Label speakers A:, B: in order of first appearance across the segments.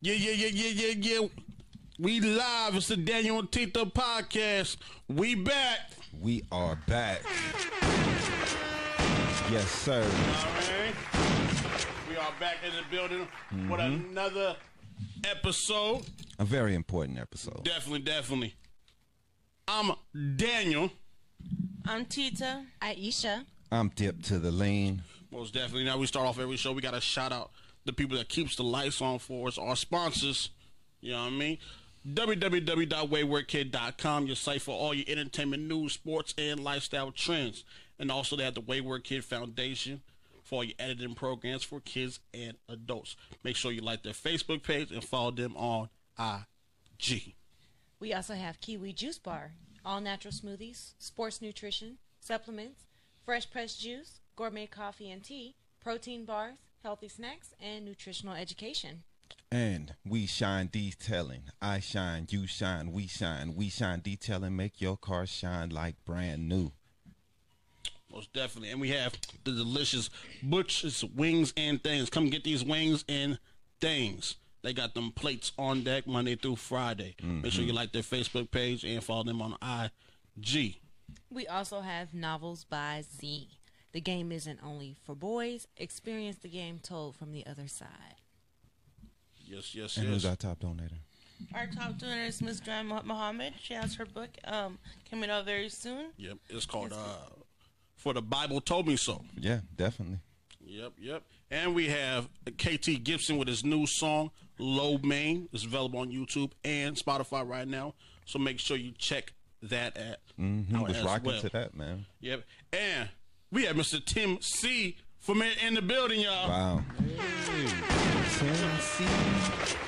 A: Yeah, yeah, yeah, yeah, yeah, yeah. We live. It's the Daniel and Tita podcast. We back.
B: We are back. Yes, sir.
A: All right. We are back in the building with another episode.
B: A very important episode.
A: Definitely, definitely. I'm Daniel.
C: I'm Tita. Aisha.
B: I'm dipped to the lean.
A: Most definitely. Now we start off every show. We gotta shout out the people that keeps the lights on for us, our sponsors. You know what I mean? www.waywardkid.com, your site for all your entertainment news, sports, and lifestyle trends. And also they have the Wayward Kid Foundation for all your editing programs for kids and adults. Make sure you like their Facebook page and follow them on IG.
D: We also have Kiwi Juice Bar, all natural smoothies, sports nutrition, supplements, fresh pressed juice, gourmet coffee and tea, protein bars, healthy snacks, and nutritional education.
B: And we shine detailing. I shine, you shine, we shine, we shine detailing. Make your car shine like brand new.
A: Most definitely. And we have the delicious Butch's Wings and Things. Come get these wings and things. They got them plates on deck Monday through Friday. Make sure you
B: Mm-hmm.
A: like their Facebook page and follow them on IG.
D: We also have Novels by Z. The game isn't only for boys. Experience the game told from the other side.
A: Yes, yes,
B: And who's
A: yes.
B: our top donator?
C: Our top donor is Ms. John Muhammad. She has her book um, coming out very soon.
A: Yep. It's called uh, For the Bible Told Me So.
B: Yeah, definitely.
A: Yep, yep. And we have KT Gibson with his new song, Low Main. It's available on YouTube and Spotify right now. So make sure you check that at
B: He
A: out Oh, as
B: was Mm-hmm. rocking
A: well.
B: to that, man.
A: Yep. And we have Mr. Tim C from in, in the building, y'all.
B: Wow. Um, Tennessee.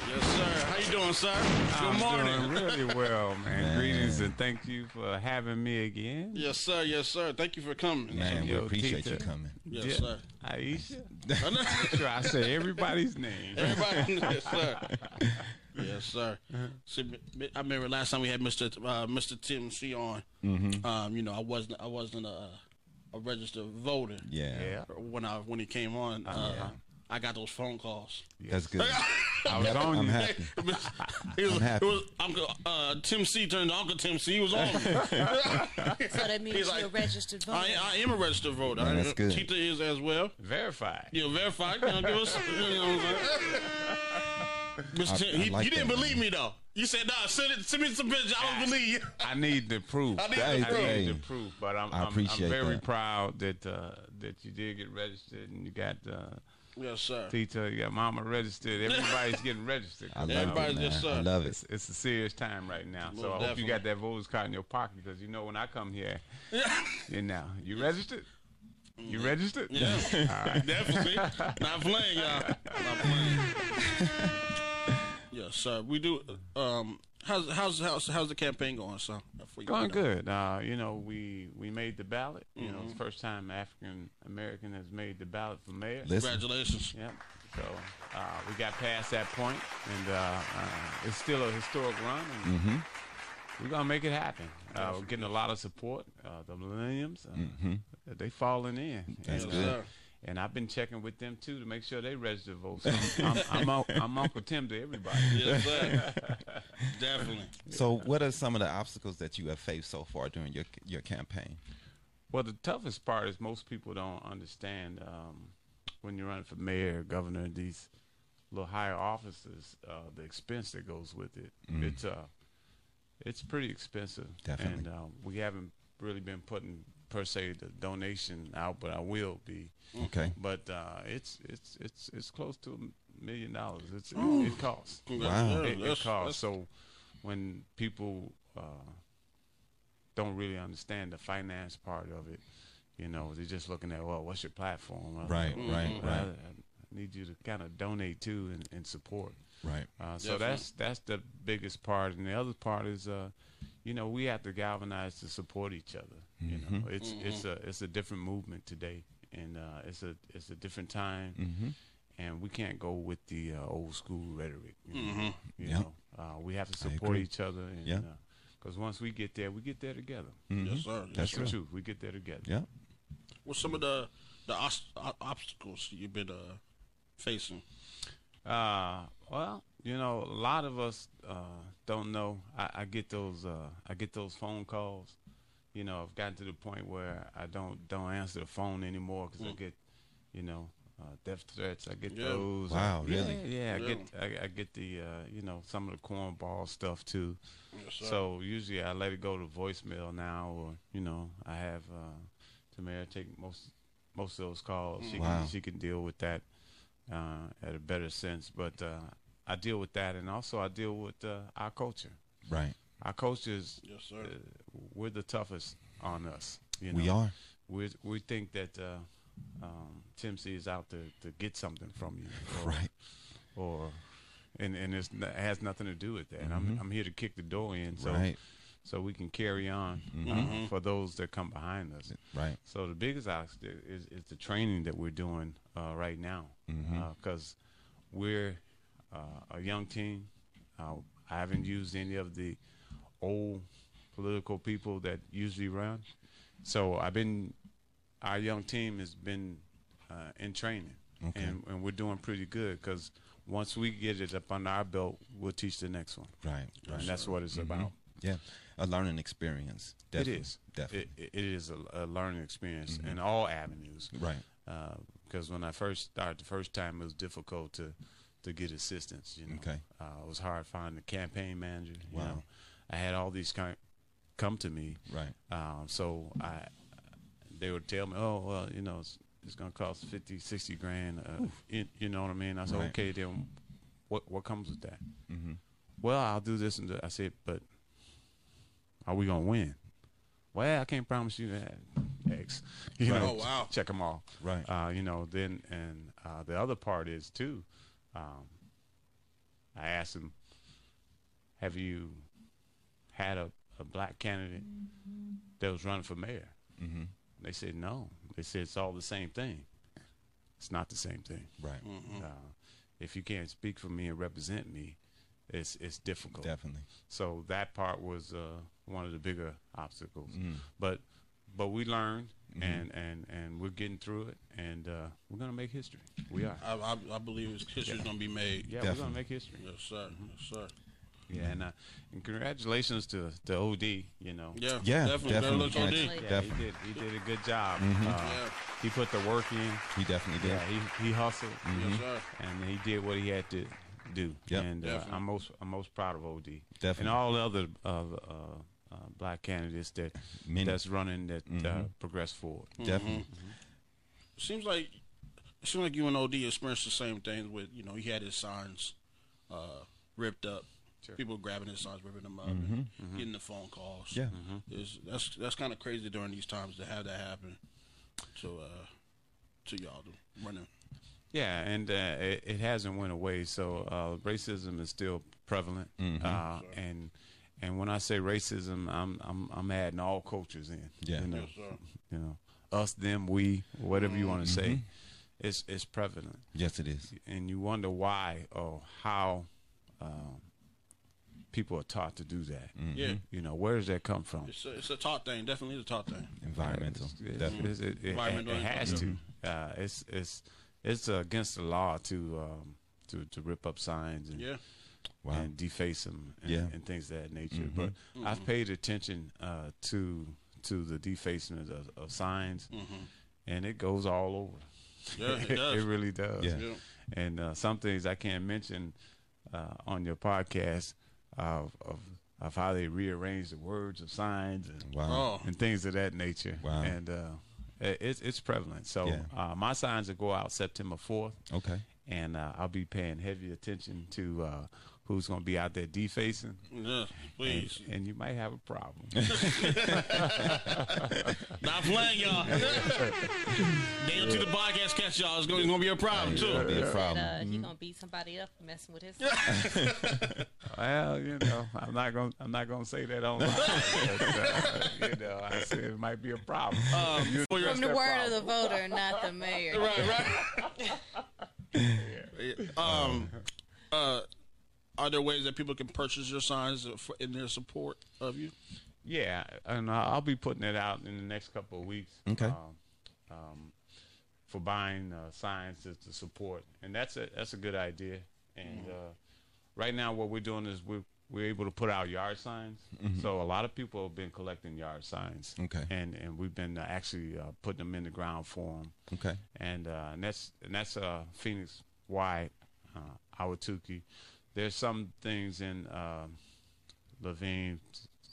A: Yes, sir. How you doing, sir? Good
E: I'm
A: morning.
E: Doing really well, man. Greetings and thank you for having me again.
A: Yes, sir. Yes, sir. Thank you for coming.
B: Man, we
E: Yo,
B: appreciate you
E: Tita.
B: coming.
A: Yes,
E: Yeah.
A: sir.
E: Aisha.
A: I know.
E: Sure, I say everybody's name.
A: Everybody, yes, sir. Yes, sir. See, m- m- I remember last time we had Mr. T- Uh, Mr. Tim C on. Um, you know, I wasn't. I wasn't a, a registered voter.
B: Yeah.
E: Yeah,
A: When I when he came on, uh, I got those phone calls.
B: That's good.
E: I was on
B: I'm
E: you.
B: happy.
A: It was, it was,
B: happy.
A: It was Uncle uh, Tim C turned to Uncle Tim C. He was on. me.
D: So that means
A: He's
D: you're a
A: like,
D: registered voter.
A: I, I am a registered voter.
B: Man,
A: I-
B: that's good.
A: Tita is as well.
E: Verified.
A: You know, verify. You know, give us. You know what I'm saying? Mr. Tim,
B: I
A: he,
B: like
A: you didn't
B: that,
A: believe me though. You said, "Nah, send it. Send me some pictures. I don't believe you."
E: I need the proof.
A: I need the Hey, proof.
E: I need the
B: hey.
E: proof. But I'm,
B: I
E: I'm, I'm
B: appreciate
E: very
B: that.
E: proud that uh, that you did get registered and you got uh,
A: Yes, sir.
E: Tita, you got Mama registered. Everybody's getting registered.
B: I love
A: Everybody
B: it, man.
A: just,
B: I
A: uh,
B: love it.
E: It's, it's a serious time right now, so I
A: Well,
E: hope
A: definitely.
E: you got that voter's card in your pocket because you know when I come here, you know you registered, you registered.
A: Mm-hmm. Yeah, definitely. Not playing, y'all. Not playing. yes, sir. We do. Um, how's how's how's how's the campaign going, son? For you,
E: Going
A: you know?
E: good. Uh, you know, we we made the ballot. You know, it's
A: Mm-hmm.
E: the first time African American has made the ballot for mayor.
B: Listen,
A: Congratulations.
E: Yep. So uh, we got past that point, and uh, uh, it's still a historic run. And
B: Mm-hmm.
E: We're gonna make it happen. Uh, we're getting a lot of support. Uh, the Millenniums, uh, they falling in.
B: Mm-hmm. That's
E: and,
A: good.
E: uh, and I've been checking with them too to make sure they register to vote. So I'm, I'm, I'm, I'm Uncle Tim to everybody.
A: Yes, sir. definitely.
B: so what are some of the obstacles that you have faced so far during your your campaign?
E: Well, the toughest part is most people don't understand um, when you're running for mayor, governor, these little higher offices, uh, the expense that goes with it. It's uh, it's pretty expensive,
B: Definitely.
E: and uh, we haven't really been putting per se the donation out, but I will be.
B: Okay.
E: But uh, it's it's it's it's close to a million dollars. It's it, it costs
A: Congratulations.
E: it, it
A: That's-
E: costs.
A: that's-
E: So when people uh, don't really understand the finance part of it, you know, they're just looking at, well, what's your platform? Uh,
B: Right,
E: well,
B: right,
E: I,
B: right.
E: I need you to kind of donate to and, and support.
B: Right.
E: Uh, so
A: Definitely.
E: that's that's the biggest part, and the other part is, uh, you know, we have to galvanize to support each other. You know, it's it's a it's a different movement today, and uh, it's a it's a different time, and we can't go with the uh, old school rhetoric. You know, you
B: Yep.
E: know? Uh, we have to support
B: agree.
E: each other, and
B: Yeah.
E: because once we get there, we get there together.
A: Yes, sir. Yes,
E: Mm-hmm. That's
A: sir.
E: the truth. We get there together.
B: Yeah.
A: What's some of the the os- o- obstacles you've been uh, facing?
E: Uh, well, you know, a lot of us uh, don't know. I, I get those uh, I get those phone calls. You know, I've gotten to the point where I don't don't answer the phone anymore because I get, you know, uh, death threats. I get
A: Mm. Yeah.
E: those.
B: Wow,
E: Yeah,
B: really?
A: Yeah.
E: Yeah, I get I, I get the uh, you know some of the cornball stuff too.
A: Yes, sir.
E: So usually I let it go to voicemail now, or you know I have uh, Tamara take most most of those calls.
A: Mm.
E: She
B: Wow.
E: can she can deal with that uh, at a better sense. But uh, I deal with that, and also I deal with uh, our culture.
B: Right.
E: Our culture is
A: Yes,
E: uh,
A: sir.
E: we're the toughest on us. You know?
B: We are.
E: We we think that uh, um, Tim C is out to to get something from you. or-
B: Right.
E: or and and it's, n- it has nothing to do with that. I'm I'm here to kick the door in, so
B: Mm-hmm. Right. Mm-hmm.
E: so we can carry on uh, for those that come behind us.
B: Right.
E: So the biggest obstacle is is the training that we're doing uh, right now,
B: Mm-hmm.
E: because we're uh, a young team. Uh, I haven't used any of the old political people that usually run, so I've been our young team has been uh, in training, and, and we're doing pretty good because once we get it up under our belt, we'll teach the next one,
B: Right. Right.
E: and that's what it's about.
B: Yeah. A learning experience.
E: It
B: Mm-hmm. Definitely.
E: is
B: Definitely. Mm-hmm.
E: It, it is a, a learning experience in all avenues,
B: right.
E: because Uh, when I first started the first time, it was difficult to to get assistance. You know,
B: Okay.
E: uh, it was hard finding a campaign manager. You
B: Wow.
E: know, I had all these kind come to me.
B: Right.
E: Um, so I, they would tell me, oh well, you know, it's, it's gonna cost 50, 60 grand. Uh, you- you know what I mean? I said,
B: Right. Mm-hmm.
E: okay, then what what comes with that? Well, I'll do this and that. I said, but are we gonna win? Well, I can't promise you that. X, you
A: Right.
E: know,
A: Oh, wow.
E: check them all.
B: Right.
E: Uh, you know, then and uh, the other part is too. Um, I asked him, "Have you had a, a black candidate that was running for mayor?" Mm-hmm. They said no. They said it's all the same thing. It's not the same thing.
B: Right.
E: Uh, if you can't speak for me and represent me, it's it's difficult.
B: Definitely.
E: So that part was uh, one of the bigger obstacles.
B: Mm-hmm.
E: But but we learned and, and, and we're getting through it and uh, we're gonna make history. We are.
A: I, I, I believe his history's gonna be made.
E: Yeah, Mm-hmm. we're
B: Uh, Definitely.
E: gonna make history.
A: Yes, sir. Yes, sir.
E: Yeah, and, uh, and congratulations to the OD. You know.
A: Yeah.
B: Yeah.
A: Definitely.
B: Definitely.
A: Derelict OD.
D: Definitely.
E: Yeah,
B: Definitely. Mm-hmm.
E: he did. He did a good job. Uh,
A: Yeah.
E: He put the work in.
B: He definitely did. Mm-hmm.
E: Yeah, he, he hustled,
A: Yes, sir.
E: and he did what he had to do.
B: Yep.
E: And uh,
A: Definitely.
E: I'm most I'm most proud of OD.
B: Definitely.
E: And all the other uh, uh, uh, black candidates that
B: Many. Mm-hmm.
E: that's running that uh, progress forward.
B: Definitely.
A: seems like it seems like you and OD experienced the same things with you know he had his signs uh, ripped up, people grabbing his signs, ripping them up, and getting the phone calls.
B: Yeah.
A: It's- that's that's kind of crazy during these times to have that happen. So uh, to y'all to running.
E: Yeah, and uh, it, it hasn't went away. So uh, racism is still prevalent,
B: Mm-hmm.
E: uh, and and when I say racism, I'm I'm I'm adding all cultures in.
B: Yeah.
E: you know,
A: Yes, sir.
E: you know, us, them, we, whatever you want
B: Mm-hmm.
E: to say, it's it's prevalent.
B: Yes, it is.
E: and you wonder why or how um, people are taught to do that.
B: Mm.
A: Yeah,
E: You know, where does that come from?
A: it's a, it's a top thing. Definitely is a top thing.
B: Environmental.
E: It's- it's-
B: Definitely. Mm-hmm.
E: it's- it, it-
A: Environmental
E: it has
A: impact.
E: to. Uh, it's it's it's against the law to um, to to rip up signs and,
A: Yeah.
B: Wow.
E: and deface them and,
B: Yeah. Mm-hmm.
E: and things of that nature. But
A: Mm-hmm.
E: I've paid attention uh, to to the defacement of, of signs, and it goes all over.
A: Mm-hmm. Yeah, it does.
E: really does.
B: Yeah.
A: Yeah.
E: And uh, some things I can't mention uh, on your podcast of, of of how they rearrange the words of signs and
B: Wow.
A: Oh,
E: and things of that nature.
B: Wow.
E: And uh, it- it's it's prevalent. So
B: Yeah.
E: uh, my signs will go out September fourth,
B: Okay.
E: and uh, I'll be paying heavy attention to uh, who's going to be out there defacing.
A: yeah. Please,
E: And you might have a problem.
A: not playing y'all. Damn to the podcast catch y'all. It's gonna, it's gonna be a problem too.
B: That'd be a
D: Said,
B: problem.
D: uh, he gonna beat somebody up messing with his. son.
E: well, you know, I'm not going. to I'm not going to say that online. but, uh, you know, I said it might be a problem. You
A: For your-
D: From the word of the voter, not the mayor.
A: right, right. um, uh, are there ways that people can purchase your signs for- in their support of you?
E: Yeah, and I- I'll be putting it out in the next couple of weeks.
B: Okay.
E: Um, um, for
B: Mm-hmm.
E: buying uh, signs to, to support, and that's a that's a good idea. And right now what we're doing is we're we're able to put out yard signs. So a lot of people have been collecting yard signs.
B: Mm-hmm. Okay.
E: And and we've been uh, actually uh, putting them in the ground for them.
B: Okay.
E: And uh, and that's and that's uh, Phoenix wide, uh, Awatuki. There's some things in uh, Levine,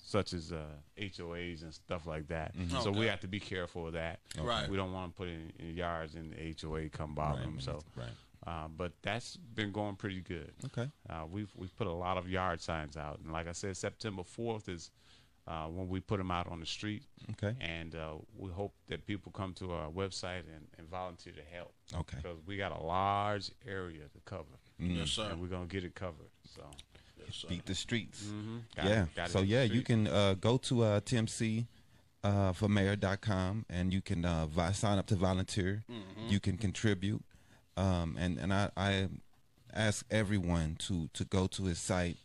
E: such as uh, HOAs and stuff like that.
B: Mm-hmm.
E: So we
A: Okay.
E: have to be careful of that.
A: Right.
E: We don't want to put in, in yards and the HOA come bother them. So.
B: Right.
E: Uh, but that's been going pretty good.
B: Okay.
E: Uh, we've we've put a lot of yard signs out, and like I said, September fourth is uh, when we put them out on the street.
B: Okay.
E: And uh, we hope that people come to our website and, and volunteer to help.
B: Okay. Mm.
E: Because we got a large area to cover,
A: Yes, sir.
E: and we're gonna get it covered. So.
A: Yes, sir.
B: Beat the streets.
E: Gotta-
B: yeah.
E: gotta
B: so
E: hit the
B: yeah, you
E: streets.
B: can uh, go to uh, TMC uh, for mayor.com and you can uh, vi- sign up to volunteer.
E: Mm-hmm.
B: You can contribute, um, and and I, I ask everyone to to go to his site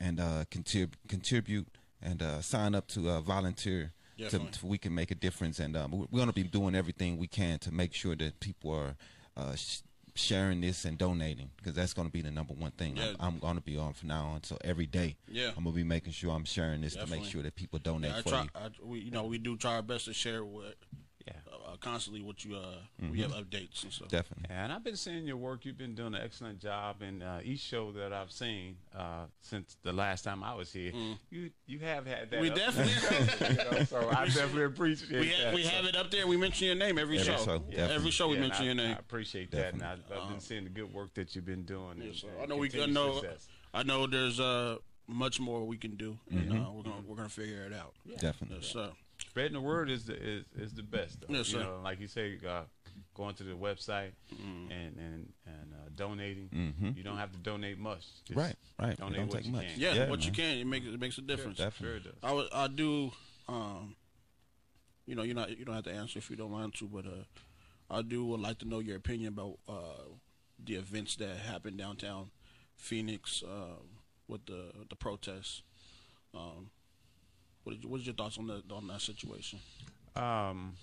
B: and uh, contrib- contribute and uh, sign up to uh, volunteer. To,
A: Definitely.
B: to- we can make a difference, and um, we're going to be doing everything we can to make sure that people are uh, sh- sharing this and donating because that's going to be the number one thing. I'm-
A: Yeah.
B: I'm going to be on from now on. So every day,
A: Yeah.
B: I'm gonna be making sure I'm sharing this to
A: Definitely.
B: make sure that people donate
A: I
B: for
A: try.
B: you.
A: I, we, you know, we do try our best to share what
E: Yeah.
A: uh, uh, constantly what you uh
B: Mm-hmm.
A: we have updates and stuff.
B: Definitely.
E: And I've been seeing your work. You've been doing an excellent job. And uh, each show that I've seen uh, since the last time I was here, you you have had that.
A: Mm. We
E: up-
A: definitely-
E: you know, so I definitely appreciate
A: we
E: that.
A: ha- we
E: So-
A: have it up there. We mention your name every,
B: Every
A: show.
B: show,
A: Yeah, every
B: definitely.
A: show we
E: Yeah, and
A: mention
E: I,
A: your name.
E: I appreciate that, and I, I've been seeing the good work that you've been doing. and-
A: Yes, sir.
E: and
A: I know we. I
E: continued
A: know.
E: success.
A: I know. There's uh much more we can do.
B: Mm-hmm.
A: And, uh, we're gonna we're gonna figure it out.
B: Definitely.
A: Yes, sir.
E: Spreading the word is the is, is the best. Though.
A: Yes,
E: you
A: sir.
E: know, like you say, uh, going to the website
A: Mm-hmm.
E: and and and uh, donating. You don't have to donate much. Just
B: Mm-hmm. Right, right.
E: Donate
B: Don't
E: what
B: take
E: you
B: much.
E: can.
A: Yeah,
B: Yeah,
A: what you
B: man.
A: can, it makes it makes a difference.
E: Sure
B: Definitely.
E: does.
A: I would, I do. Um, you know, you're not you don't have to answer if you don't want to, but uh, I do would like to know your opinion about uh the events that happened downtown Phoenix uh, with the the protests. Um, what did you, what is your thoughts on that on that situation?
E: um,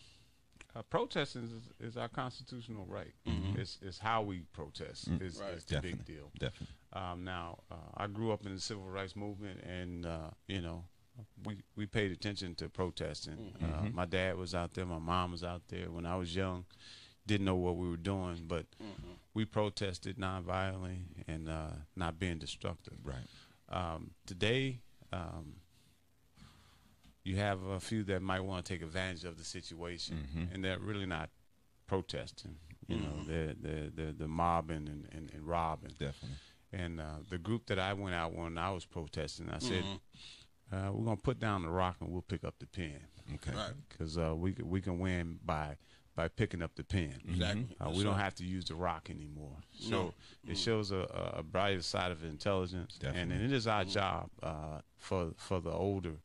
E: uh, protesting is, is our constitutional right. It's, it's how we protest is,
A: Mm-hmm. Right.
E: is the big
B: Mm. Definitely.
E: deal.
B: Definitely.
E: Um, now, uh, I grew up in the civil rights movement, and uh, you know, we we paid attention to protesting. Uh, my dad was out there, my mom was out there. When I was young, didn't know what we were doing, but we protested nonviolently and uh, not being destructive.
B: Right.
E: Um, today, um, you have a few that might want to take advantage of the situation, and they're really not protesting. You know, they're, they're, they're, they're mobbing and, and, and robbing.
B: Definitely.
E: And uh, the group that I went out when I was protesting, I said, uh, we're going to put down the rock and we'll pick up the pen.
B: Okay.
A: Right,
E: Because uh, we, c- we can win by, by picking up the pen.
A: exactly.
E: Uh, we don't have to use the rock anymore. So it shows a, a- a brighter side of intelligence, and,
B: Definitely.
E: and it is our job uh, for for the older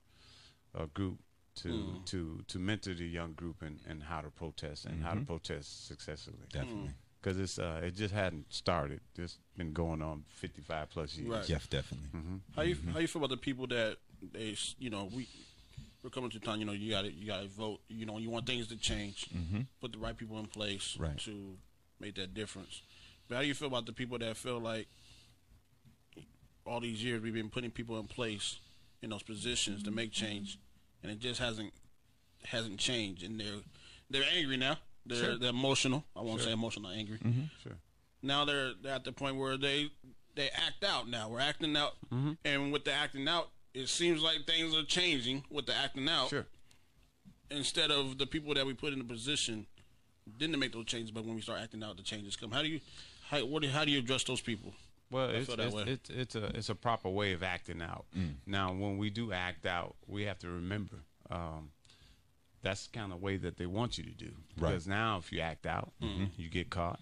E: uh, group to to to mentor the young group and, and how to protest and how to protest successfully.
B: Definitely.
A: Hmm.
E: Because it's uh, it just hadn't started. It's been going on 55 plus years.
A: Right. Mm-hmm.
B: Jeff, definitely.
A: How you how you feel about the people that they s- you know we we're coming to town. You know you got to you got to vote. You know you want things to change. Put the right people in place
B: Right.
A: to make that difference. But how do you feel about the people that feel like all these years we've been putting people in place in those positions to make change, and it just hasn't hasn't changed, and they're they're angry now. They're they're emotional. I won't say emotional, angry
E: Sure.
A: now they're they're at the point where they they act out now. We're acting out,
E: Mm-hmm.
A: and with the acting out, it seems like things are changing with the acting out.
E: Sure.
A: Instead of the people that we put in the position, didn't make those changes, but when we start acting out, the changes come. How do you, how what do, how do you address those people?
E: Well, it's,
A: feel that
E: it's,
A: way.
E: it's it's a it's a proper way of acting out. Now, when we do act out, we have to remember um, that's the kind of way that they want you to do.
B: Right.
E: Because now, if you act out, you get caught.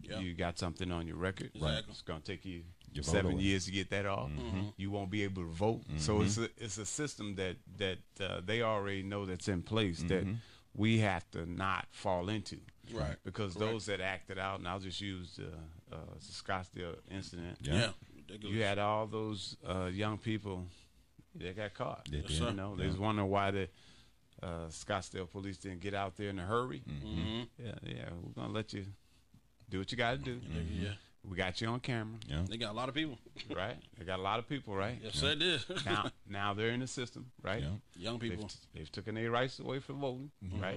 A: Yeah.
E: You got something on your record.
A: Exactly. Mm-hmm.
E: It's gonna take you
B: Your vote
E: seven
B: away. Mm-hmm.
E: years to get that off. You won't be able to vote. So it's a it's a system that that uh, they already know that's in place that
B: Mm-hmm.
E: we have to not fall into.
A: Right.
E: Because those that acted out, and I'll just use the uh, Scottsdale incident.
B: Yeah.
A: ridiculous.
E: You had all those uh, young people that got caught.
B: They
A: did.
E: You know, they was wondering why the uh, Scottsdale police didn't get out there in a hurry. Yeah, yeah, we're gonna let you do what you got to do.
A: yeah,
E: We got you on camera,
B: Yeah.
A: They got a lot of people.
E: right? They got a lot of people, right?
A: Yes, they did.
E: Now, now they're in the system, right?
B: Yeah.
A: Young people.
E: They've, they've taken their rights away from voting, right?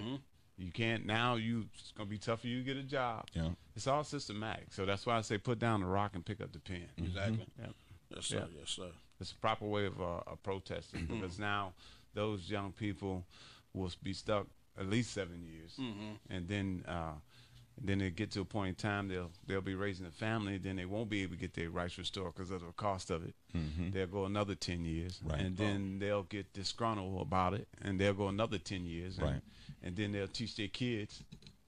E: You can't now. You it's gonna be tough for you to get a job.
B: Yeah.
E: It's all systematic, so that's why I say put down the rock and pick up the pen.
A: Exactly.
E: Yep.
A: Yes, sir.
E: Mm-hmm. Yeah.
A: Yes, sir.
E: It's a proper way of, uh, of protesting
A: Mm-hmm.
E: because now those young people will be stuck at least seven years,
A: Mm-hmm.
E: and then uh, then they get to a point in time they'll they'll be raising a family, then they won't be able to get their rights restored because of the cost of it.
A: Mm-hmm.
E: They'll go another ten years,
B: Right.
E: and then they'll get disgruntled about it, and they'll go another ten years, and,
B: Right.
E: and then they'll teach their kids,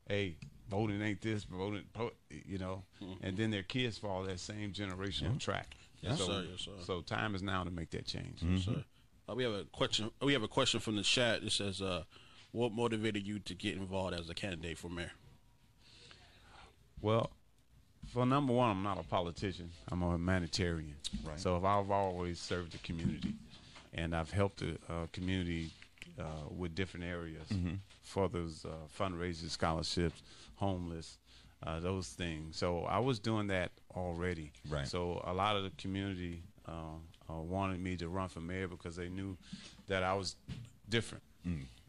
E: hey. Voting ain't this, voting, po- you know, and then their kids follow that same generational track.
A: Mm-hmm. Yes,
E: so,
A: sir. Yes, sir.
E: so time is now to make that change.
B: Mm-hmm.
A: So uh, we have a question. We have a question from the chat. It says, uh, "What motivated you to get involved as a candidate for mayor?"
E: Well, for number one, I'm not a politician. I'm a humanitarian.
B: Right.
E: So if I've always served the community, and I've helped the uh, community uh, with different areas
B: Mm-hmm.
E: for those uh, fundraisers, scholarships, homeless, uh, those things. So I was doing that already.
B: Right.
E: So a lot of the community uh, uh, wanted me to run for mayor because they knew that I was different.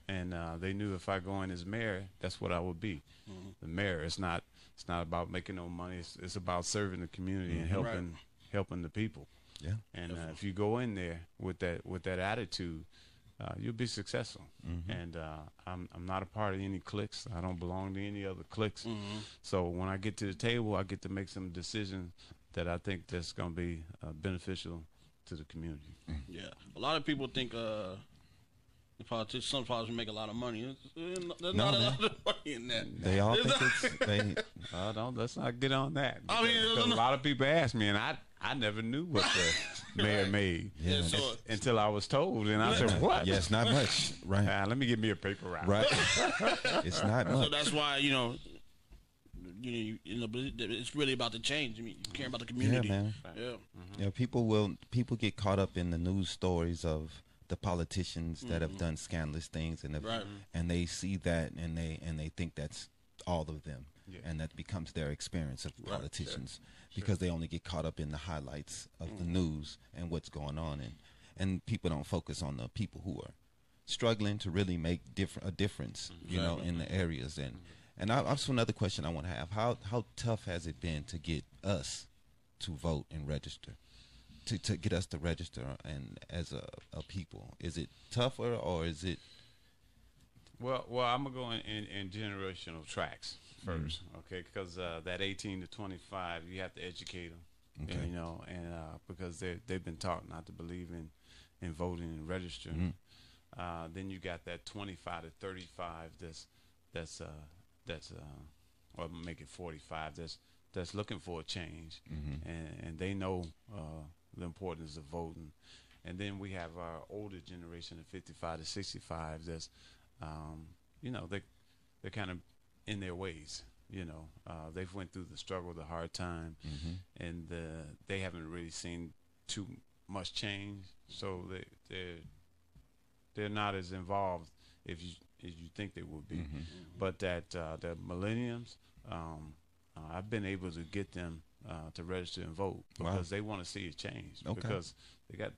E: And uh, they knew if I go in as mayor, that's what I would be. The mayor. It's not. It's not about making no money. It's, it's about serving the community and
A: Right.
E: helping helping the people.
B: Yeah.
E: And uh, if you go in there with that with that attitude, uh, you'll be successful.
A: Mm-hmm.
E: And uh, I'm I'm not a part of any cliques. I don't belong to any other cliques.
A: Mm-hmm.
E: So when I get to the table, I get to make some decisions that I think that's going to be uh, beneficial to the community.
A: Yeah, a lot of people think uh, the politics. Some politicians make a lot of money. It's- uh, There's
B: No,
A: not a
B: man.
A: lot of money in that.
B: They all
A: There's
B: think
A: not-
B: it's they.
E: Uh, don't let's not get on that.
A: I mean, no,
E: Because- 'cause
A: no.
E: a lot of people ask me, and I I never knew what the mayor made
A: Yeah, so-
E: until I was told, and I said, "What?
B: Yeah, it's not much. Right.
E: Ah, let me give me a paper route."
B: Right. it's not
A: So
B: much.
A: that's why you know, you know, you, you know, but it- it's really about the change. I mean, you care about the community.
B: man.
A: Yeah.
B: You know, people will people get caught up in the news stories of the politicians that have done scandalous things and have,
A: Mm-hmm. Right.
B: and they see that and they and they think that's all of them.
E: Yeah.
B: And that becomes their experience of politicians because they only get caught up in the highlights of
A: Mm.
B: the news and what's going on and and people don't focus on the people who are struggling to really make different a difference,
A: Mm-hmm.
B: you know, in the areas and and I, that's another question I want to have. How how tough has it been to get us to vote and register? To, to get us to register and as a, a people, is it tougher or is it
E: Well, well, I'm gonna go in, in, in generational tracks first, okay? Because uh, that 18 to 25, you have to educate them,
B: Okay.
E: you know, and uh, because they they've been taught not to believe in in voting and registering. Uh, then you got that 25 to 35. That's that's uh, that's uh, or make it 45. That's that's looking for a change, and and they know uh, the importance of voting. And then we have our older generation of 55 to 65. That's um, you know they they're kind of in their ways. You know uh, they've went through the struggle, the hard time, and uh, they haven't really seen too much change. So they they're they're not as involved if you as you think they would be.
B: Mm-hmm.
E: But that uh, the millenniums, um, uh, I've been able to get them uh, to register and vote
B: Wow.
E: because they want to see a change.
B: Okay.
E: Because they got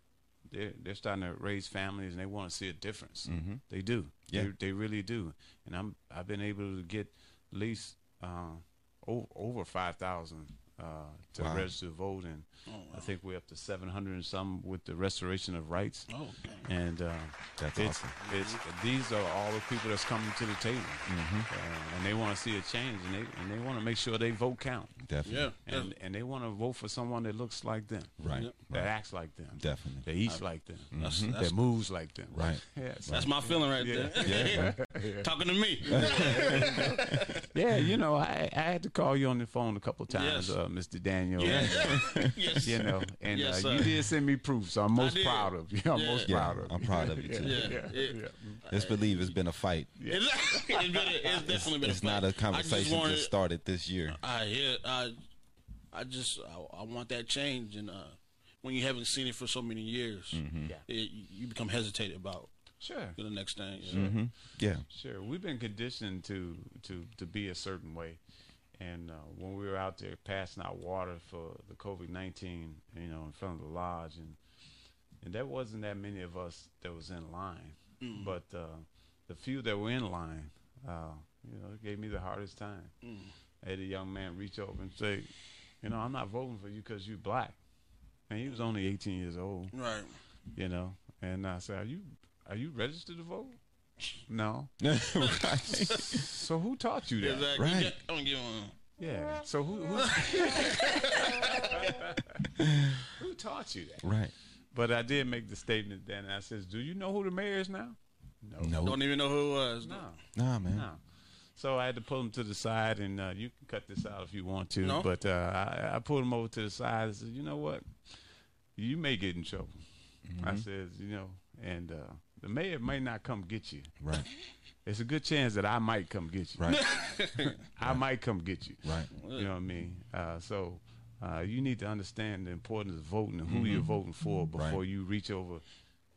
E: they're they're starting to raise families and they want to see a difference. They do.
B: Mm-hmm. Yeah.
E: They, they really do. And I'm I've been able to get at least uh, o- over five thousand uh, to
B: Wow.
E: register to vote, and I think we're up to seven hundred and some with the restoration of rights.
A: Oh, okay.
E: And uh,
B: That's
E: it's,
B: awesome.
E: It's these are all the people that's coming to the table,
B: Mm-hmm.
E: uh, and they want to see a change, and they and they want to make sure they vote count,
B: definitely
A: Yeah.
E: and and they want to vote for someone that looks like them,
B: right?
A: Yep.
E: that acts like them,
B: Definitely. Mm-hmm.
E: that eats like them,
A: That's-
E: that
A: that's-
E: moves like them,
B: Right.
E: Yeah, so-
A: That's my feeling right there. Talking to me.
E: yeah, you
B: Mm-hmm.
E: know, I I had to call you on the phone a couple times,
A: Yes.
E: uh, Mr. Daniel.
A: Yeah.
E: and, uh,
A: yes.
E: you know, and
A: Yes,
E: uh, you
A: sir.
E: did send me proof, so I'm most
A: did.
E: proud of you. I'm
A: Yeah.
E: most
B: Yeah,
E: proud of you.
B: I'm proud of you too.
A: Yeah. It-
B: Let's believe it's been a fight.
A: It's, it's been a- it's definitely been
B: It's
A: a fight.
B: not a
A: I
B: conversation
A: just
B: that
A: wanted,
B: started this year.
A: I hear. I, I just I, I want that change, and uh, when you haven't seen it for so many years,
B: Mm-hmm.
E: Yeah.
A: it, you become hesitant about
E: Sure.
A: the next
B: Mm-hmm.
A: thing. you know.
B: Yeah,
E: Sure, we've been conditioned to to to be a certain way, And uh, when we were out there passing out water for the COVID nineteen, you know, in front of the lodge, and and there wasn't that many of us that was in line, but uh, the few that were in line, uh, you know, it gave me the hardest time. I had a young man reach over and say, "You know, I'm not voting for you because you're black." And he was only 18 years old
A: Right.
E: you know. And I said, "Are you are you registered to vote?" No.
B: right.
E: So who taught you that?
A: Exactly.
B: Right.
A: Yeah, Don't give him.
E: Yeah. So who who, who taught you that?
B: Right.
E: But I did make the statement then. And I says, "Do you know who the mayor is now?"
B: No.
A: Don't even know who it was.
E: No.
B: Nah, man.
E: No. So I had to pull him to the side, and uh, you can cut this out if you want to.
A: No.
E: But uh, I, I pulled him over to the side. and said, "You know what? You may get in trouble."
A: Mm-hmm.
E: I says, "You know," and uh, the mayor may not come get you.
B: Right.
E: It's a good chance that I might come get you.
B: Right.
E: I might come get you.
B: Right.
E: You know what I mean? Uh, so uh, you need to understand the importance of voting and who you're voting for before you reach over,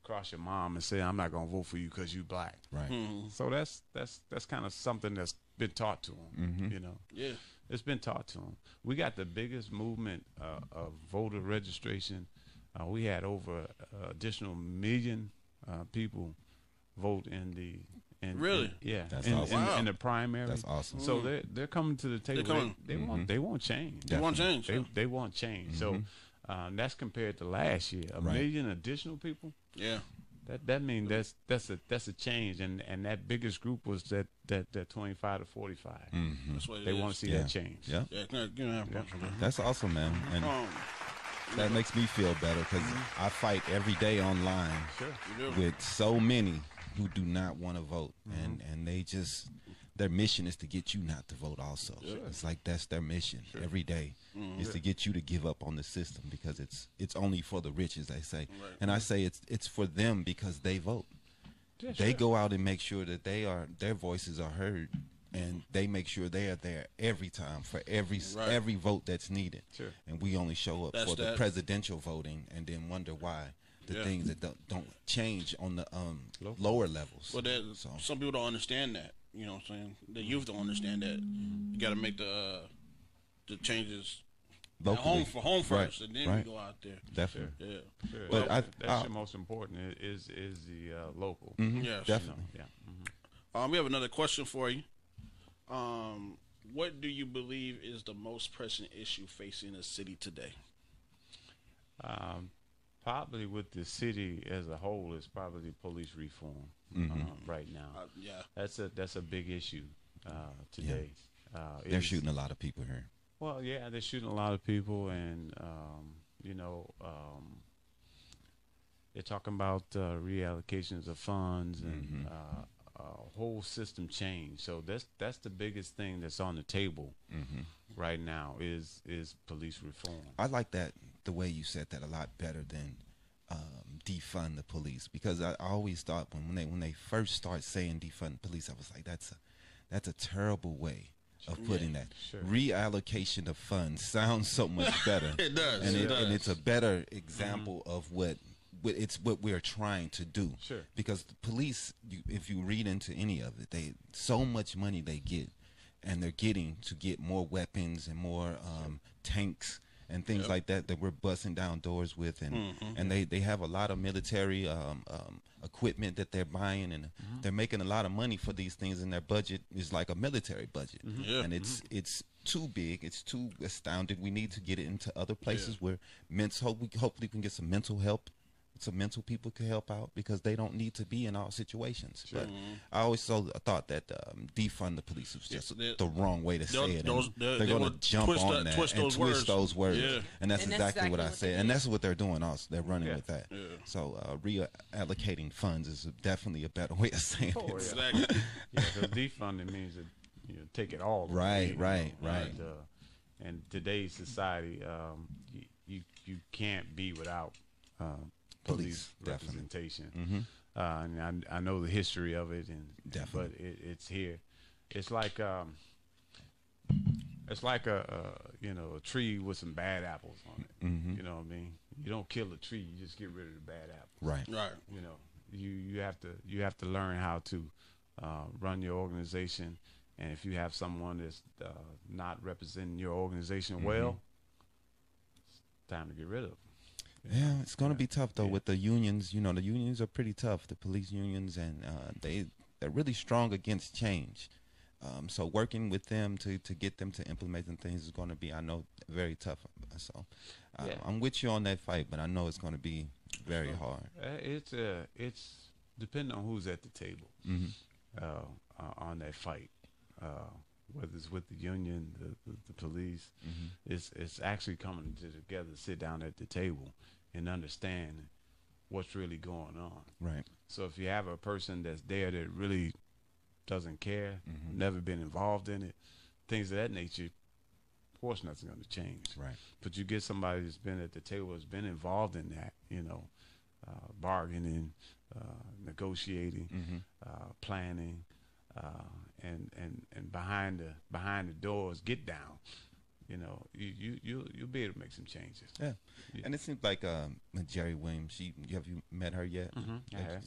E: cross your mom, and say, "I'm not going to vote for you because you black."
B: Right.
E: So that's that's that's kind of something that's been taught to them. You know,
A: Yeah.
E: it's been taught to them. We got the biggest movement uh, of voter registration. Uh, we had over uh, additional million uh, people vote in the in,
A: Really?
E: in- yeah
B: That's
E: in,
B: awesome.
E: in-
A: Wow.
E: in the primary.
B: That's awesome. Mm-hmm.
E: So they're they're coming to the table.
A: coming.
E: They, they want they want change.
A: You want change?
E: They they want change. So um, that's compared to last year, a
B: Mm-hmm. Right.
E: million additional people.
A: Yeah.
E: That that means that's that's a that's a change, and and that biggest group was that that that twenty five to forty five.
A: That's what it is.
E: They want to see
B: Mm. Yeah.
E: that change.
B: Mm-hmm. Yeah.
A: Yeah. can I- can I have a bunch of them?
B: That's awesome, man. And
A: Um,
B: that makes me feel better because I fight every day online
E: Sure.
A: you do.
B: with so many who do not want to vote, and and they just their mission is to get you not to vote. Also, it's like that's their mission every day is to get you to give up on the system because it's it's only for the rich, as they say,
A: Right.
B: and I say it's it's for them because they vote.
E: Yeah,
B: They
E: sure.
B: go out and make sure that they are their voices are heard, and they make sure they are there every time for every s
A: Right.
B: every vote that's needed.
E: Sure.
B: And we only show up
A: That's
B: for the
A: that.
B: presidential voting, and then wonder why the
A: Yeah.
B: things that don't, don't change on the um,
E: Local.
B: lower levels.
A: Well, that,
B: so
A: some people don't understand that. You know what I'm saying? The youth don't understand that. You got to make the uh, the changes at
B: locally,
A: home for home
B: Right,
A: first, and then
B: right.
A: we go out there.
B: definitely,
A: Yeah.
E: Sure.
B: But I-
E: That- that's
B: I- Mm-hmm.
E: your most important i- is is the uh, local.
A: Yes.
E: You know,
B: definitely.
E: yeah.
A: Um, we have another question for you. Um, what do you believe is the most pressing issue facing the city today?
E: Um, probably with the city as a whole is probably police reform
B: Mm-hmm.
E: um, right now.
A: Uh, yeah.
E: That's a that's a big issue uh, today. Uh, it
B: They're
E: is-
B: shooting a lot of people here.
E: Well, yeah, they're shooting a lot of people, and um, you know, um, they're talking about uh, reallocations of funds and uh, a whole system change. So that's that's the biggest thing that's on the table right now is is police reform.
B: I like that the way you said that a lot better than um, defund the police because I, I always thought when, when they when they first start saying defund the police, I was like, that's a that's a terrible way of putting that.
E: sure.
B: Reallocation of funds sounds so much better.
A: It does,
B: and,
A: it
B: and
A: does. Mm-hmm.
B: it's a better example of what. what It's what we're trying to do,
E: Sure.
B: Because the police, you, if you read into any of it, they so much money they get, and they're getting to get more weapons and more um, tanks and things like that that we're busting down doors with, and and they they have a lot of military um, um, equipment that they're buying, and they're making a lot of money for these things, and their budget is like a military budget,
A: Yeah.
B: and it's it's too big, it's too astounded. We need to get it into other places where mental hope we hopefully can get some mental help some mental people could help out because they don't need to be in all situations. But I always so, thought that um, defund the police was just
A: they-
B: the wrong way to
A: they'll-
B: say it.
A: those-
B: and
A: they-
B: they're
A: they
B: going
A: wanna
B: to jump
A: twist
B: on
A: that-
B: that
A: twist
B: and
A: those
B: twist
A: words.
B: those words,
A: Yeah.
B: and that's
D: And that's
B: exactly what I
D: exactly what they
B: said. And that's what they're doing. Also, they're running
E: Yeah.
B: with that. So uh, reallocating funds is definitely a better way of saying
E: Oh,
B: it.
E: yeah.
A: Exactly.
E: Yeah, 'cause defunding means that you know, take it all. away,
B: Right,
E: you know,
B: right, right.
E: And, uh, and today's society, um, you, you you can't be without uh, police,
B: Police, definitely. Mm-hmm.
E: representation. Uh, and I, I know the history of it, and
B: Definitely.
E: but it, it's here. It's like um, it's like a, a you know a tree with some bad apples on it.
B: Mm-hmm.
E: You know what I mean? You don't kill a tree; you just get rid of the bad apples
B: Right.
A: Right.
E: you know you you have to you have to learn how to uh, run your organization And if you have someone that's uh, not representing your organization well, it's time to get rid of. 'em.
B: Yeah, it's gonna
E: Yeah.
B: be tough though
E: Yeah.
B: with the unions. You know, the unions are pretty tough. The police unions and uh, they they're really strong against change. Um, so working with them to to get them to implement some things is gonna be, I know, very tough. So uh,
E: Yeah.
B: I'm with you on that fight, but I know it's gonna be very hard.
E: Uh, It's uh, it's depending on who's at the table uh, uh, on that fight, uh, whether it's with the union, the, the, the police. It's it's actually coming to together, sit down at the table, and understand what's really going on.
B: Right.
E: So if you have a person that's there that really doesn't care, never been involved in it, things of that nature, of course nothing's going to change.
B: Right.
E: But you get somebody that's been at the table, that's been involved in that, you know, uh, bargaining, uh, negotiating, uh, planning, uh, and and and behind the behind the doors, get down. You know, you you you you'll be able to make some changes.
B: Yeah. And it seems like um, Jerry Williams. She have you met her yet?
A: Mm-hmm.
E: I
B: Like,
E: have.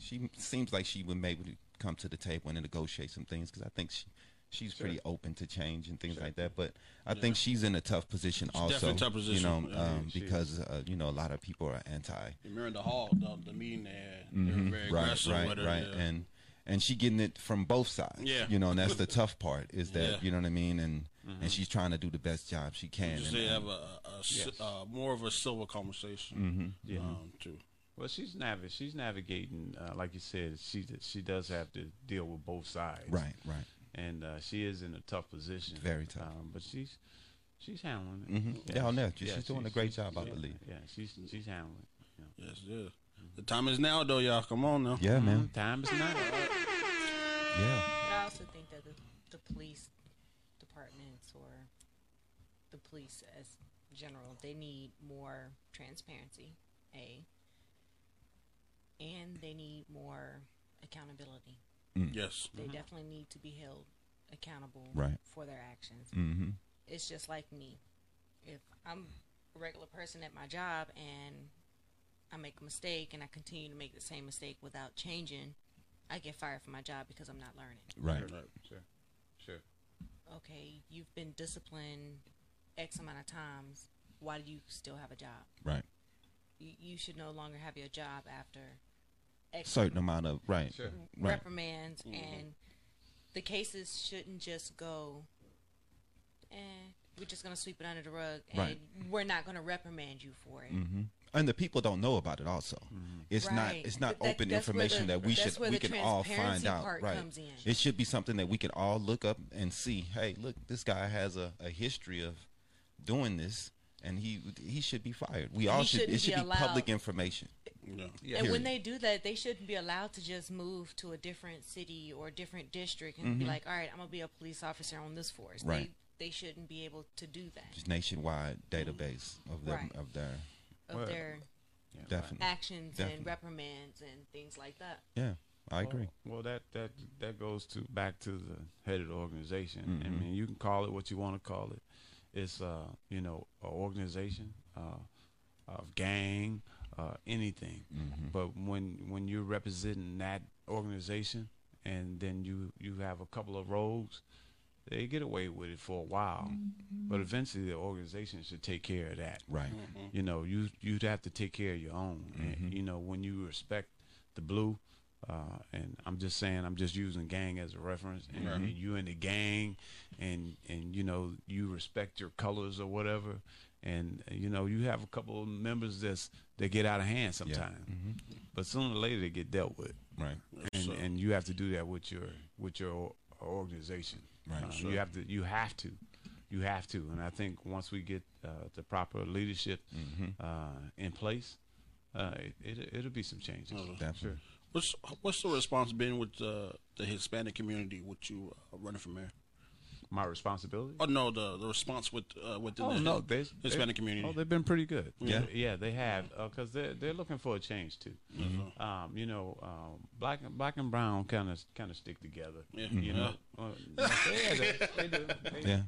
B: she's- She seems like she would maybe come to the table and negotiate some things because I think she. She's pretty open to change and things like that, but I think she's in a tough position also.
A: definitely tough
B: You
A: position.
B: know,
A: Yeah,
B: um,
E: she is.
B: because uh, you know a lot of people are anti.
A: Remember the hall, the, the meeting they had. They were very
B: Mm-hmm. Right,
A: aggressive
B: right,
A: with her.
B: right,
A: yeah.
B: and and she getting it from both sides.
A: Yeah.
B: you know, and that's the tough part is that
A: Yeah. Mm-hmm.
B: you know what I mean, and and she's trying to do the best job she can.
A: just
B: and-
A: to
B: and-
A: have a, a- a si-
E: Yes.
A: uh, more of a civil conversation.
B: Mm-hmm.
A: Um, too.
E: Well, she's navi- she's navigating, uh, like you said, she d- she does have to deal with both sides,
B: right, right.
E: And uh, she is in a tough position,
B: Very tough.
E: Um, but she's she's handling it.
B: Mhm. Yeah, oh, no, she's doing a great job, I
E: yeah,
B: believe.
E: Yeah, she's she's handling. it, you know.
A: Yes, yeah. The time is now, though, y'all. Come on now.
E: Mm-hmm.
B: Yeah, man.
E: Mm, Time is not.
B: Yeah.
D: But I also think that the, the police departments or the police as general, they need more transparency, A. And they need more accountability.
A: Yes.
D: They definitely need to be held accountable
B: Right.
D: for their actions.
B: Mm-hmm.
D: It's just like me. If I'm a regular person at my job and I make a mistake and I continue to make the same mistake without changing, I get fired from my job because I'm not learning.
B: Right.
E: Sure, sure, sure.
D: okay, you've been disciplined X amount of times. Why do you still have a job?
B: Right.
D: You, you should no longer have your job after X
B: Certain amount of right.
E: Sure.
B: Right.
D: reprimands, and the cases shouldn't just go, and we're just going to sweep it under the rug, and
B: Right. Mm-hmm.
D: we're not going to reprimand you for it.
B: And the people don't know about it also.
E: Mm-hmm.
B: It's not
D: Right.
B: it's not
D: But that-
B: open
D: that's where
B: information
D: the-
B: that we
D: that's
B: should
D: where
B: we
D: the
B: can all find
D: transparency
B: out.
D: part
B: right.
D: comes in.
B: It should be something that we can all look up and see, hey, look, this guy has a, a history of doing this and he he should be fired. We all should it
D: shouldn't
B: should
D: be
B: be public
D: allowed-
B: information.
A: Yeah.
E: Yeah.
D: And when
B: Period.
D: they do that, they shouldn't be allowed to just move to a different city or a different district and be like, all right, I'm going to be a police officer on this force.
B: Mm-hmm. Right.
D: They, they shouldn't be able to do that
B: Just nationwide database of their
D: Mm-hmm. Right.
B: of their
D: of
E: Well,
D: their
E: Yeah, right.
B: definitely.
D: actions
B: Definitely.
D: and reprimands and things like that.
B: Yeah. I agree.
E: Well, well, that that that goes to back to the head of the organization. I
B: Mm-hmm.
E: mean, you can call it what you want to call it. It's uh, you know, an organization, uh, of gang, uh, anything.
B: Mm-hmm.
E: But when when you're representing that organization, and then you you have a couple of rogues, they get away with it for a while, but eventually the organization should take care of that
B: Right.
E: you know you you'd have to take care of your own and, you know when you respect the blue uh, and I'm just saying I'm just using gang as a reference and, and you in the gang and and you know you respect your colors or whatever and uh, you know you have a couple of members that's that get out of hand sometimes but sooner or later they get dealt with
B: Right.
E: and
A: sir.
E: and you have to do that with your with your o- organization.
B: Right.
E: Uh,
A: Sure.
E: You have to. You have to. You have to. And I think once we get uh, the proper leadership uh, in place, uh, it, it it'll be some changes.
B: Definitely.
A: What's what's the response been with uh, the Hispanic community with you uh, running for mayor?
E: My responsibility.
A: Oh no, the the response with uh, within
E: Oh
A: the
E: no, they,
A: Hispanic
E: they-
A: community.
E: Oh, they've been pretty good.
B: Yeah.
E: yeah, they have, because they're they're looking for a change too. Um, you know, um, black and black and brown kind of kind of stick together.
A: Yeah.
E: You know, Uh, yeah, they, they do. They,
B: Yeah.